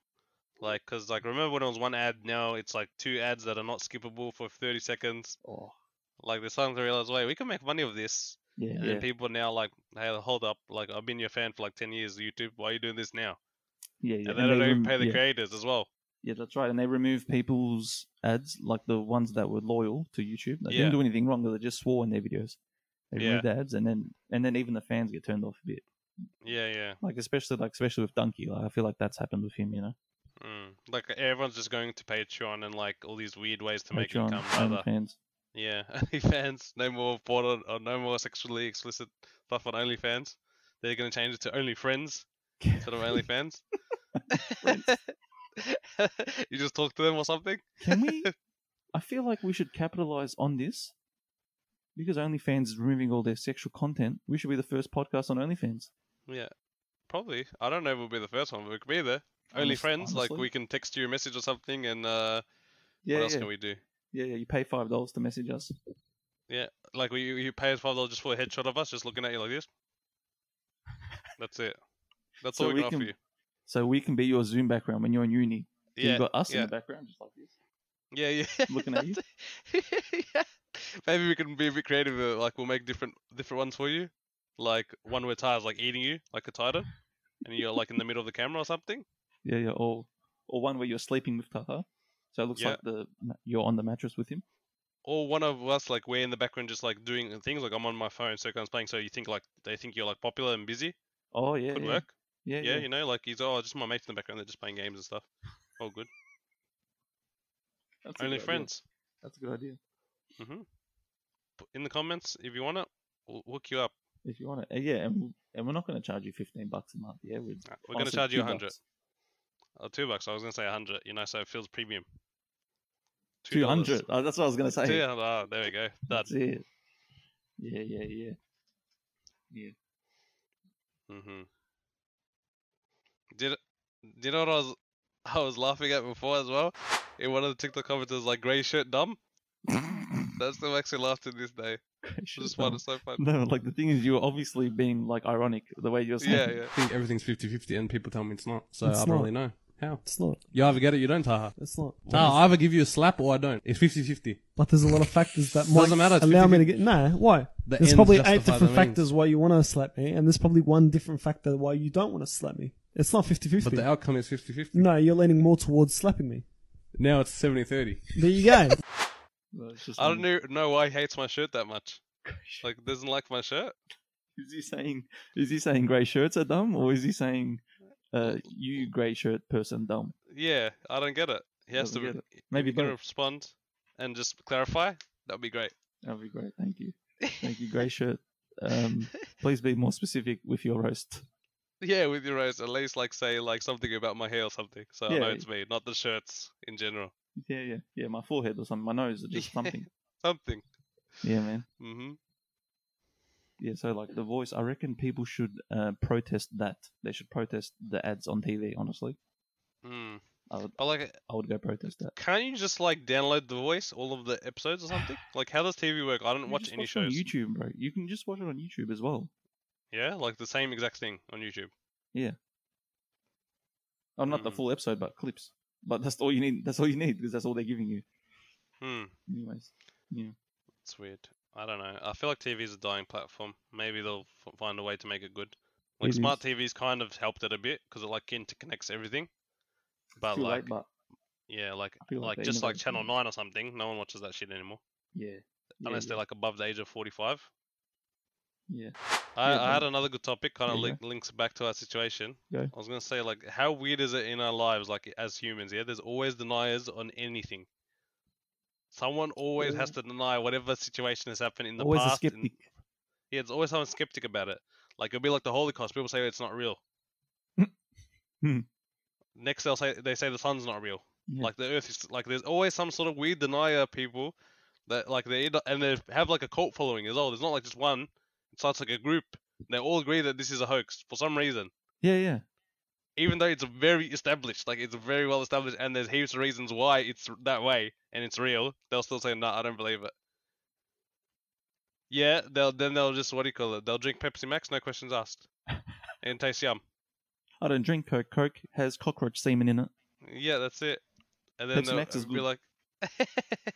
S1: Like, cause like remember when it was one ad, now it's like two ads that are not skippable for 30 seconds.
S2: Oh
S1: Like they're starting to realize, wait, we can make money of this.
S2: yeah,
S1: And
S2: yeah.
S1: then people now like, hey, hold up, like I've been your fan for like 10 years, YouTube. Why are you doing this now?
S2: yeah, yeah.
S1: And then they don't even
S2: rem-
S1: pay the
S2: yeah,
S1: creators as well.
S2: yeah, that's right. And they remove people's ads, like the ones that were loyal to YouTube. They
S1: Yeah.
S2: didn't do anything wrong. They just swore in their videos. They
S1: Yeah.
S2: removed the ads, and then and then even the fans get turned off a bit.
S1: Yeah, yeah.
S2: Like especially like especially with Donkey. Like I feel like that's happened with him. You know,
S1: Mm. Like everyone's just going to Patreon and like all these weird ways to make
S2: Patreon,
S1: income
S2: only
S1: rather.
S2: fans.
S1: Yeah, OnlyFans. No more porn on- or no more sexually explicit stuff on OnlyFans. They're gonna change it to Only Friends instead of OnlyFans. you just talk to them or something.
S2: Can we? I feel like we should capitalize on this because OnlyFans is removing all their sexual content. We should be the first podcast on OnlyFans.
S1: Yeah, probably. I don't know if we'll be the first one, but we could be there. Only
S2: Honest-
S1: Friends. Like
S2: honestly.
S1: we can text you a message or something, and uh,
S2: Yeah,
S1: what else
S2: yeah.
S1: can we do?
S2: yeah, yeah. You pay five dollars to message us.
S1: Like we, you pay us five dollars just for a headshot of us, just looking at you like this. That's it. That's
S2: So
S1: all we,
S2: we
S1: can,
S2: can-
S1: offer you.
S2: So we can be your Zoom background when you're in uni. So
S1: Yeah,
S2: You've got us
S1: yeah.
S2: in the background, just like this.
S1: yeah, yeah.
S2: looking at you.
S1: yeah. Maybe we can be a bit creative. uh, Like we'll make different different ones for you. Like one where Ty's like eating you, like a titan, and you're like in the middle of the camera or something.
S2: Yeah, yeah. Or or one where you're sleeping with Taha. So it looks
S1: Yeah.
S2: like the you're on the mattress with him.
S1: Or one of us like we're in the background just like doing things. Like I'm on my phone, Serkan's playing, so you think like they think you're like popular and busy.
S2: Oh yeah,
S1: Could
S2: yeah.
S1: work.
S2: Yeah,
S1: Yeah,
S2: yeah.
S1: you know, like he's oh just my mates in the background, they're just playing games and stuff. All good.
S2: That's a
S1: Only
S2: good idea.
S1: friends.
S2: That's a good idea.
S1: Mm-hmm. In the comments if you want it, we'll hook you up.
S2: If you want to, yeah, and, we'll, and we're not going to charge you fifteen bucks a month. Yeah, we're,
S1: Uh, We're gonna
S2: honestly,
S1: charge you
S2: two
S1: a hundred.
S2: bucks.
S1: Oh, two bucks. I was gonna say a hundred. You know, so it feels premium.
S2: Two
S1: dollars.
S2: hundred. Oh, that's what I was gonna say.
S1: Two- ah, there we go. That.
S2: That's it. Yeah, yeah, yeah.
S1: hmm Did do you know what I was I was laughing at before as well? In one of the TikTok comments, it was like grey shirt dumb. That still makes me laugh to this day. I just find it so funny.
S2: No, like the thing is, you were obviously being like ironic the way you were saying.
S1: Yeah, yeah.
S4: think everything's 50 50 and people tell me it's not. So
S2: It's
S4: I don't
S2: not.
S4: really know. How?
S5: It's not.
S4: You either get it, you don't, Taha.
S5: It's not.
S4: Taha, I either give you a slap or I don't. It's 50-50.
S5: But there's a lot of factors that might
S4: Doesn't matter, it's
S5: allow
S4: 50.
S5: me to get. Nah, why?
S4: The
S5: there's
S4: ends
S5: probably
S4: justify
S5: eight different
S4: the means.
S5: factors why you want to slap me, and there's probably one different factor why you don't want to slap me. It's not 50
S4: But
S5: 50.
S4: the outcome is 50-50.
S5: No, you're leaning more towards slapping me.
S4: Now it's 70-30.
S5: There you go.
S2: No, it's just
S1: I don't
S2: me.
S1: know, know why he hates my shirt that much. Like, doesn't like my shirt.
S2: Is he saying is he saying grey shirts are dumb, or is he saying uh, you grey shirt person dumb?
S1: Yeah, I don't get it. He has
S2: Doesn't
S1: to.
S2: get it. Maybe
S1: you can
S2: both.
S1: respond and just clarify. That'd be great.
S2: That'd be great. Thank you. Thank you, grey shirt. Um, please be more specific with your roast.
S1: Yeah, with your eyes, at least like say like something about my hair or something. So I know
S2: Yeah.
S1: it's me, not the shirts in general.
S2: Yeah, yeah, yeah. My forehead or something. My nose or just something.
S1: Something.
S2: Yeah, man.
S1: hmm
S2: Yeah. So like the voice, I reckon people should uh, protest that. They should protest the ads on TV. Honestly,
S1: Mm.
S2: I would,
S1: But like,
S2: I would go protest that.
S1: can't you just like download the voice, all of the episodes or something? Like, how does TV work? I don't
S2: You
S1: watch
S2: just
S1: any
S2: it on
S1: shows.
S2: YouTube, bro. You can just watch it on YouTube as well.
S1: Yeah, like the same exact thing on YouTube.
S2: Oh, not the
S1: Mm.
S2: full episode, but clips. But that's all you need. That's all you need because that's all they're giving you.
S1: Hmm,
S2: Anyways,
S1: it's weird. I don't know. I feel like TV is a dying platform. Maybe they'll f- find a way to make it good. Like
S2: It
S1: smart TV's kind of helped it a bit because it like interconnects everything. But
S2: too
S1: like,
S2: late, but
S1: yeah, like
S2: feel
S1: like,
S2: like they
S1: just like
S2: innovated
S1: Channel
S2: on it.
S1: Nine or something. No one watches that shit anymore
S2: yeah, yeah,
S1: unless
S2: yeah.
S1: they're like above the age of forty-five.
S2: Yeah.
S1: I,
S2: Yeah,
S1: I had
S2: but-
S1: another good topic, kind
S2: There
S1: of
S2: you
S1: link, links back to our situation.
S2: Go.
S1: I was gonna say, like, how weird is it in our lives, like as humans? Yeah, there's always deniers on anything. Someone always has to deny whatever situation has happened in the
S2: Always a
S1: past. and-
S2: skeptic.
S1: yeah, there's always someone skeptic about it. Like it'll be like the Holocaust. People say it's not real.
S2: Hmm.
S1: Next, they'll say they say the sun's not real.
S2: Yeah.
S1: Like the Earth is like. There's always some sort of weird denier people that like they either- and they have like a cult following as well. There's not like just one. It starts like a group. They all agree that this is a hoax for some reason,
S2: Yeah, yeah.
S1: even though it's very established. Like it's very well established, and there's heaps of reasons why it's r- that way and it's real. They'll still say no, I don't believe it. Yeah, they'll then they'll just what do you call it? They'll drink Pepsi Max, no questions asked, and taste yum.
S2: I don't drink Coke. Coke has cockroach semen in it.
S1: Yeah, that's it. And then
S2: Pepsi
S1: they'll
S2: Max is
S1: it'll be
S2: good.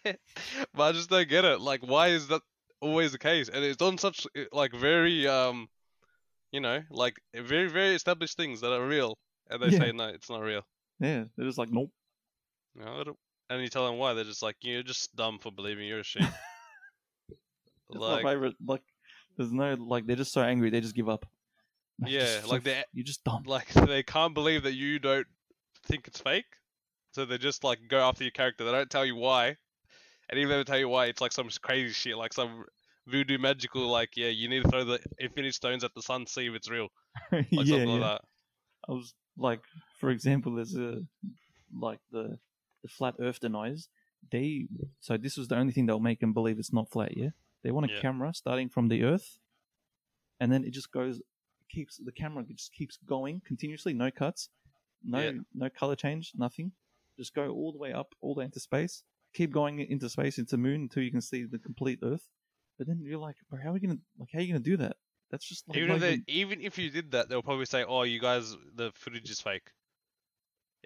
S1: like, but I just don't get it. Like, why is that always the case? And it's on such uh, like very um, you know, like uh, very very established things that are real, and they
S2: Yeah.
S1: say no, it's not real.
S2: Yeah, they're just like, nope.
S1: You know, I don't- and you tell them why, they're just like, you're just dumb for believing you're a sheep.
S2: That's my
S1: like,
S2: favorite. Like, there's no like. They're just so angry. They just give up. you're
S1: Yeah,
S2: just
S1: like
S2: so-
S1: they-
S2: You're just dumb.
S1: like they can't believe that you don't think it's fake, so they just like go after your character. They don't tell you why, and even if they tell you why, it's like some s- crazy shit, like some voodoo magical, like yeah, you need to throw the infinite stones at the sun, see if it's real, like
S2: yeah,
S1: something
S2: yeah.
S1: like
S2: I was like, for example, there's a like the the flat Earth deniers. They so this was the only thing they'll make them believe it's not flat. Yeah, they want a
S1: Yeah.
S2: camera starting from the Earth, and then it just goes keeps the camera just keeps going continuously, no cuts, no
S1: Yeah.
S2: no color change, nothing. Just go all the way up, all the way into space. Keep going into space, into moon until you can see the complete Earth. But then you're like, bro, how are we gonna like how are you gonna do that? That's just
S1: that.
S2: like
S1: Even
S2: not
S1: if they,
S2: even-
S1: even if you did that, they'll probably say, oh, you guys, the footage is fake.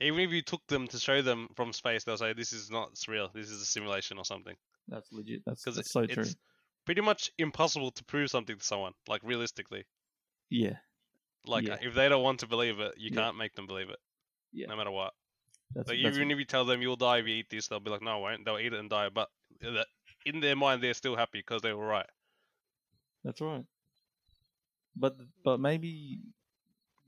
S1: Even if you took them to show them from space, they'll say this is not it's real. This is a simulation or something.
S2: that's legit. That's,
S1: Because
S2: that's so true.
S1: it's pretty much impossible to prove something to someone, like realistically.
S2: Yeah.
S1: Like
S2: Yeah.
S1: if they don't want to believe it, you
S2: Yeah.
S1: can't make them believe it.
S2: Yeah.
S1: No matter what.
S2: That's,
S1: Like
S2: that's-
S1: even if you tell them you'll die if you eat this, they'll be like, "No, I won't." They'll eat it and die. But in the- in their mind, they're still happy because they were right.
S2: That's right. But but maybe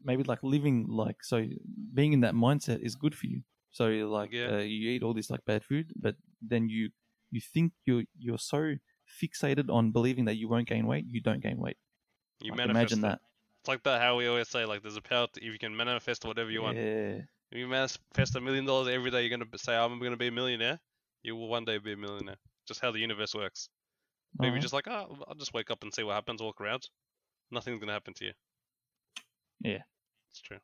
S2: maybe like living like so being in that mindset is good for you. So like
S1: Yeah.
S2: uh, you eat all this like bad food, but then you you think you're you're so fixated on believing that you won't gain weight, you don't gain weight.
S1: You
S2: Like,
S1: manifest
S2: imagine
S1: it.
S2: that.
S1: It's like that how we always say, like, "There's a power to, if you can manifest whatever you want.
S2: Yeah.
S1: If you manifest a million dollars every day, you're gonna b- say, "I'm gonna be a millionaire." You will one day be a millionaire. Just how the universe works. Maybe
S2: Alright.
S1: just like, "Ah, I'll just wake up and see what happens. Walk around. Nothing's gonna happen to you."
S2: Yeah.
S1: it's true.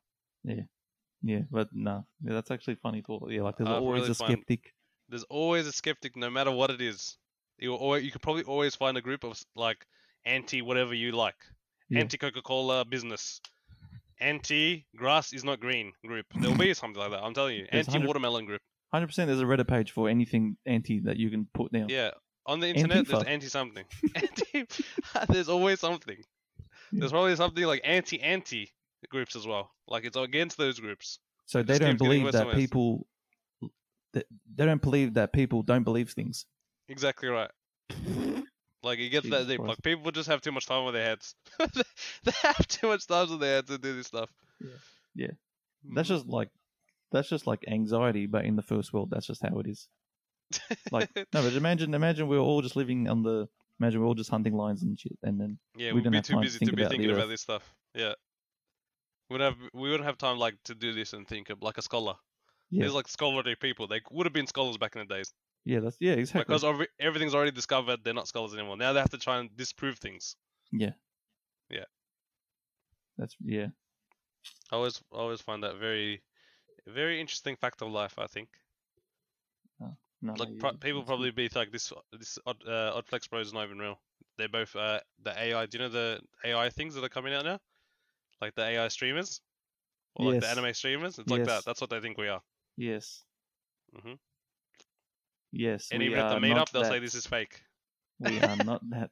S2: yeah, but no, yeah, that's actually funny thought. Yeah, like there's
S1: I've
S2: always
S1: Uh, really
S2: a
S1: find-
S2: skeptic.
S1: there's always a skeptic, no matter what it is. You always, you could probably always find a group of s- like anti whatever you like,
S2: Yeah.
S1: anti Coca Cola business, anti grass is not green group. There'll be something like that. I'm telling you,
S2: There's
S1: anti
S2: 100
S1: watermelon group.
S2: Hundred percent. There's a Reddit page for anything anti that you can put down.
S1: Yeah, on the internet there's
S2: Antifa.
S1: anti something. anti, there's always something. There's probably something like anti anti groups as well. Like it's against those groups.
S2: So they
S1: just
S2: don't
S1: keeps getting
S2: believe
S1: worse
S2: that
S1: and worse.
S2: people. That they don't believe that people don't believe things.
S1: Exactly right. Like it gets
S2: Jesus
S1: that deep.
S2: Christ.
S1: Like people just have too much time on their heads. they they have too much time on their heads to do this stuff.
S5: Yeah.
S2: Yeah.
S1: Hmm.
S2: That's just like, that's just like anxiety, but in the first world, that's just how it is. Like no, but imagine, imagine we we're all just living on the. Imagine we we're all just hunting lions and shit, and then
S1: Yeah,
S2: We
S1: we'd
S2: don't
S1: be
S2: have
S1: too
S2: time to
S1: busy
S2: think
S1: to be
S2: about the
S1: thinking about
S2: Earth.
S1: this stuff. Yeah. We'd have we wouldn't have time like to do this and think of like a scholar.
S2: Yeah.
S1: These like scholarly people. They would have been scholars back in the days
S2: yeah, that's yeah, exactly.
S1: because every- everything's already discovered. They're not scholars anymore. Now they have to try and disprove things.
S2: That's yeah.
S1: I always I always find that very very interesting fact of life. I think
S2: No, no,
S1: like
S2: yeah,
S1: pro-
S2: that's-
S1: people
S2: that's
S1: probably be like this this odd, uh, odd flex bro is not even real. They're both uh, the AI. Do you know the AI things that are coming out now? Like the AI streamers or like
S2: Yes.
S1: the anime streamers. It's like
S2: Yes.
S1: that. That's what they think we are.
S2: Yes.
S1: Mhm.
S2: Yes.
S1: And
S2: we
S1: even at the
S2: are not
S1: meetup, they'll
S2: that.
S1: say this is fake.
S2: We are not that.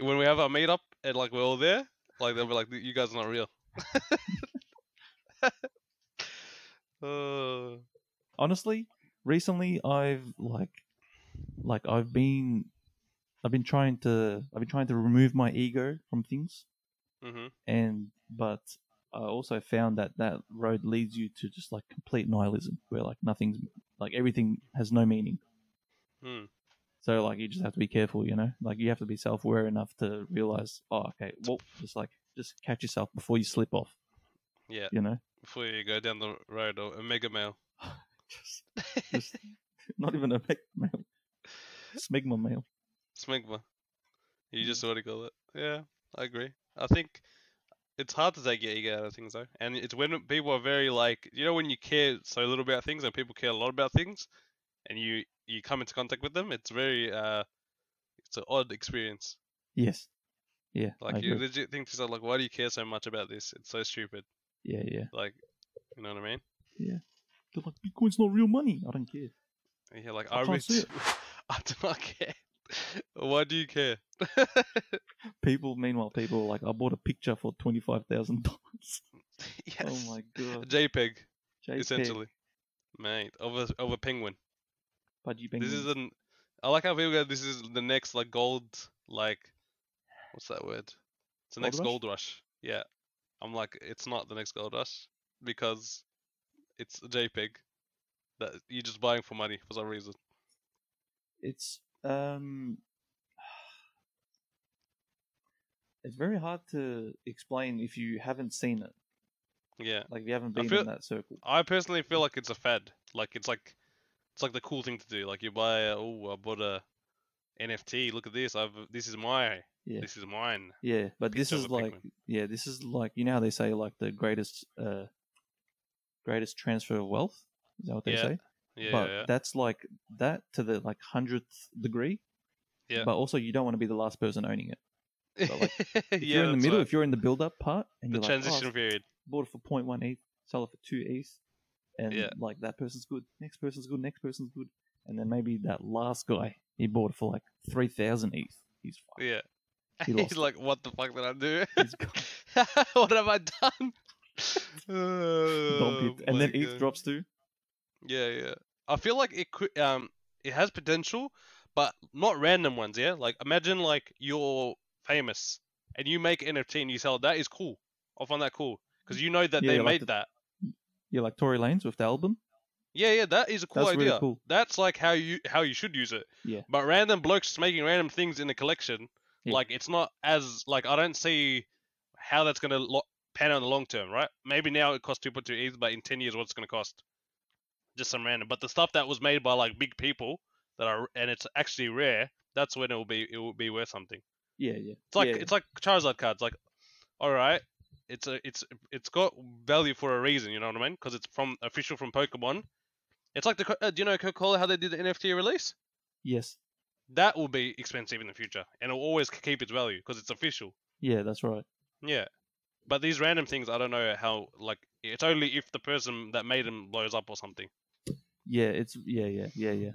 S1: When we have our meetup and like we're all there, like they'll be like, "You guys are not real." Uh,
S2: Honestly, recently I've like, like I've been, I've been trying to, I've been trying to remove my ego from things,
S1: hmm
S2: and but I also found that that road leads you to just like complete nihilism, where like nothing's like everything has no meaning.
S1: Hmm.
S2: So like you just have to be careful, you know. Like you have to be self-aware enough to realize, oh, okay, well, just like just catch yourself before you slip off,
S1: Yeah.
S2: you know.
S1: Before you go down the road, or a mega male.
S2: Just, just not even a mech male, smegma male.
S1: Smegma. You just want to call it. Yeah, I agree. I think it's hard to take your ego out of things though, and it's when people are very like, you know, when you care so little about things and people care a lot about things, and you you come into contact with them, it's very uh, it's an odd experience.
S2: Yes, yeah, I
S1: Like you
S2: agree.
S1: legit think to yourself, like, why do you care so much about this? It's so stupid.
S2: yeah, yeah.
S1: Like, you know what I mean?
S2: They're like Bitcoin's not real money. I don't care.
S1: And you're like,
S2: I
S1: I,
S2: can't see
S1: really, I do not care. why do you care?
S2: People, meanwhile, people are like, I bought a picture for twenty five thousand dollars.
S1: yes.
S2: Oh my god,
S1: JPEG.
S2: JPEG,
S1: essentially. Mate, of a of a penguin.
S2: Pudgy
S1: This
S2: penguins.
S1: is an. I like how people go. This is the next like gold like, what's that word? It's the
S2: Gold
S1: next
S2: rush?
S1: gold rush. Yeah, I'm like it's not the next gold rush because it's a JPEG that you're just buying for money for some reason.
S2: it's um it's very hard to explain if you haven't seen it
S1: Yeah,
S2: like if you haven't
S1: I
S2: been
S1: feel-
S2: in that circle
S1: I personally feel like it's a fad. Like it's like it's like the cool thing to do. Like you buy a, oh I bought a NFT. Look at this. I've this is my
S2: Yeah.
S1: this is mine.
S2: yeah but this
S1: picture of
S2: is
S1: a
S2: like
S1: penguin.
S2: yeah this is like you know how they say like the greatest uh greatest transfer of wealth is that what they
S1: Yeah,
S2: say
S1: Yeah,
S2: but
S1: yeah, yeah.
S2: that's like that to the like hundredth degree
S1: Yeah.
S2: but also you don't want to be the last person owning it but, like, if
S1: Yeah,
S2: you're in the
S1: that's
S2: middle
S1: right.
S2: if you're in the build up part and
S1: the
S2: you're like,
S1: transition
S2: oh,
S1: period.
S2: bought it for 0.1 ETH, sell it for 2 ETH, and
S1: Yeah.
S2: like that person's good, next person's good, next person's good, and then maybe that last guy he bought it for like 3,000 ETH. He's fucked.
S1: Yeah.
S2: He lost
S1: He's
S2: it.
S1: like, what the fuck did I do?
S2: He's gone.
S1: what have I done?
S2: Don't
S1: Oh,
S2: be- and then
S1: my
S2: ETH
S1: God.
S2: drops too.
S1: Yeah, yeah. I feel like it could. Um, it has potential, but not random ones. Yeah. Like imagine like you're famous and you make NFT and you sell it. that is cool. I find that cool because you know that
S2: Yeah,
S1: they
S2: yeah, like
S1: made
S2: the-
S1: that.
S2: Yeah, like Tory Lanes with the album.
S1: Yeah, yeah, that is a cool
S2: That's really
S1: idea.
S2: cool.
S1: That's like how you how you should use it.
S2: Yeah.
S1: But random blokes just making random things in a collection,
S2: Yeah.
S1: like it's not as like I don't see how that's gonna lo- pan out in the long term, right? Maybe now it costs two point two ETH, but in ten years, what's it gonna cost? Just some random. But the stuff that was made by like big people that are and it's actually rare, that's when it will be it will be worth something.
S2: Yeah, yeah.
S1: It's like
S2: yeah.
S1: it's like Charizard cards. Like, all right, it's a it's it's got value for a reason. You know what I mean? Because it's from official from Pokemon. It's like the Co- uh, do you know Coca Cola how they did the NFT release?
S2: yes.
S1: That will be expensive in the future, and it'll always k- keep its value because it's official.
S2: Yeah, that's right.
S1: Yeah, But these random things, I don't know how. Like, it's only if the person that made them blows up or something.
S2: Yeah, it's yeah, yeah, yeah, yeah.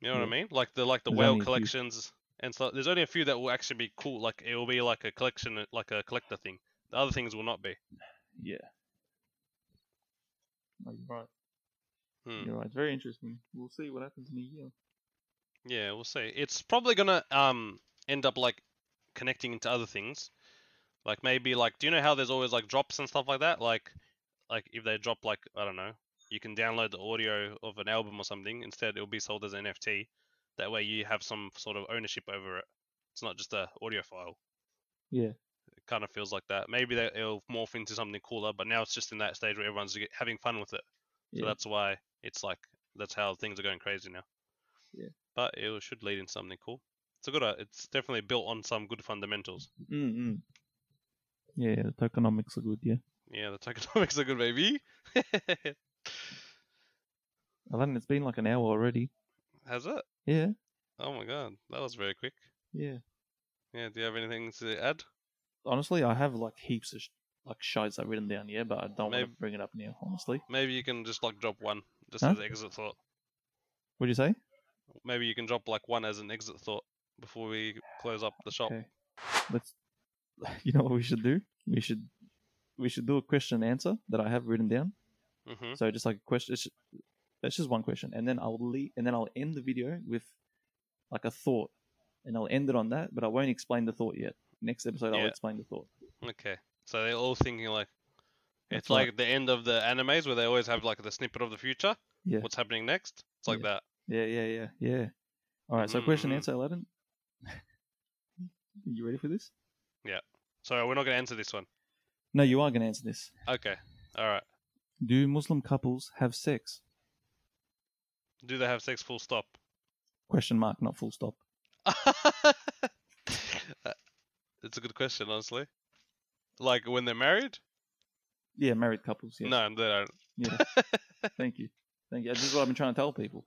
S1: You know what I
S2: Yeah.
S1: mean? Like the like the
S2: There's
S1: whale
S2: only a few.
S1: collections and stuff. There's only a few that will actually be cool. Like it will be like a collection, like a collector thing. The other things will not be.
S2: Yeah. No, you're right.
S1: Hmm.
S2: You're right. It's very interesting. We'll see what happens in a year.
S1: Yeah, we'll see. It's probably gonna um end up like connecting into other things. Like maybe like do you know how there's always like drops and stuff like that? Like like if they drop like I don't know, you can download the audio of an album or something. Instead, it'll be sold as an NFT. That way, you have some sort of ownership over it. It's not just a audio file.
S2: Yeah.
S1: It kind of feels like that. Maybe that it'll morph into something cooler, but now it's just in that stage where everyone's get- having fun with it. So
S2: Yeah.
S1: that's why it's like that's how things are going crazy now.
S2: Yeah.
S1: But it should lead into something cool. It's a good. uh, It's definitely built on some good fundamentals.
S2: Mm-mm. Yeah, Mm-hmm. yeah, the tokenomics are good. Yeah,
S1: Yeah, the tokenomics are good, baby.
S2: Aladdin, it's been like an hour already.
S1: Has it?
S2: Yeah,
S1: Oh my god, that was very quick.
S2: yeah.
S1: Yeah. Do you have anything to add?
S2: Honestly, I have like heaps of sh- like shites I've written down. Yeah, but I don't want
S1: Maybe-
S2: to bring it up now. Honestly,
S1: Maybe you can just like drop one, just
S2: Huh?
S1: as an exit thought.
S2: what'd you say?
S1: Maybe you can drop like one as an exit thought before we close up the shop.
S2: Okay. Let's. You know what we should do? We should, we should do a question and answer that I have written down.
S1: Mm-hmm.
S2: So just like a question, it's, that's just one question, and then I'll leave, and then I'll end the video with like a thought, and I'll end it on that, but I won't explain the thought yet. Next episode, I'll
S1: Yeah.
S2: explain the thought.
S1: Okay. So they're all thinking like
S2: That's
S1: it's
S2: right.
S1: like the end of the animes where they always have like the snippet of the future.
S2: Yeah.
S1: What's happening next? It's like
S2: Yeah.
S1: that.
S2: Yeah, yeah, yeah, yeah. All right, so question
S1: Mhm.
S2: and answer, Aladdin. you ready for this?
S1: Sorry, we're not going to answer this one.
S2: No, you are going to answer this.
S1: Okay. All right.
S2: Do Muslim couples have sex?
S1: Do they have sex? Full stop.
S2: Question mark, not full stop.
S1: it's a good question, honestly. Like when they're married?
S2: Yeah, married couples. Yes.
S1: No, they don't.
S2: Yeah. Thank you. Thank you. This is what I've been trying to tell people.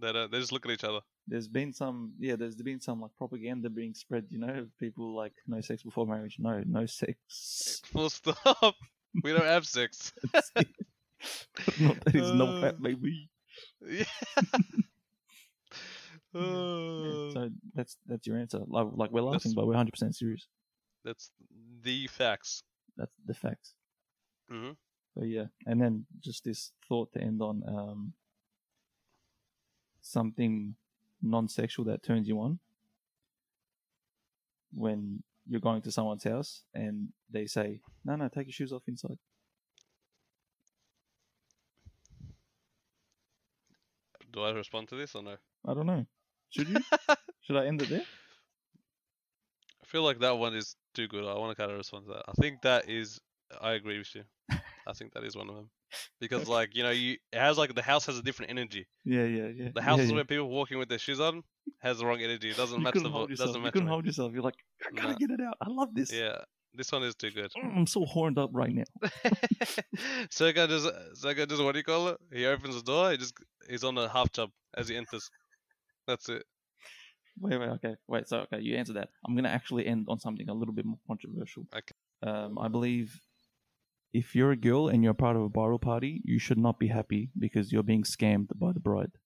S1: They don't. They just look at each other.
S2: There's been some, yeah. There's been some like propaganda being spread. You know, of people like no sex before marriage. No, no sex.
S1: Full stop. we don't have sex.
S2: not that it's
S1: Uh,
S2: not that, baby.
S1: Yeah. Uh,
S2: So that's that's your answer. Like, like we're laughing,
S1: That's-
S2: but we're 100 percent serious.
S1: That's the facts.
S2: That's the fact.
S1: hmm
S2: So yeah, and then just this thought to end on um, something non-sexual that turns you on when you're going to someone's house and they say, "No, no, take your shoes off inside."
S1: Do I respond to this or no?
S2: I don't know. Should you? Should I end it there?
S1: I feel like that one is too good. I want to kind of respond to that. I think that is. I agree with you. I think that is one of them because, like, you know, you it has like the house has a different energy.
S2: Yeah, yeah, yeah.
S1: The
S2: Yeah,
S1: houses
S2: yeah.
S1: where people walking with their shoes on has the wrong energy. It doesn't
S2: you
S1: match
S2: couldn't
S1: the vo-
S2: hold yourself.
S1: doesn't
S2: you
S1: match.
S2: couldn't
S1: me.
S2: hold yourself. You're like, I gotta
S1: Nah.
S2: get it out. I love this.
S1: Yeah, this one is too good.
S2: Mm, I'm so horned up right now.
S1: Sergey does. Sergey does. What do you call it? He opens the door. He just he's on a half chub as he enters. That's it.
S2: Wait, wait, okay, wait. So, okay, you answered that. I'm gonna actually end on something a little bit more controversial.
S1: Okay.
S2: Um, I believe if you're a girl and you're part of a bridal party, you should not be happy because you're being scammed by the bride.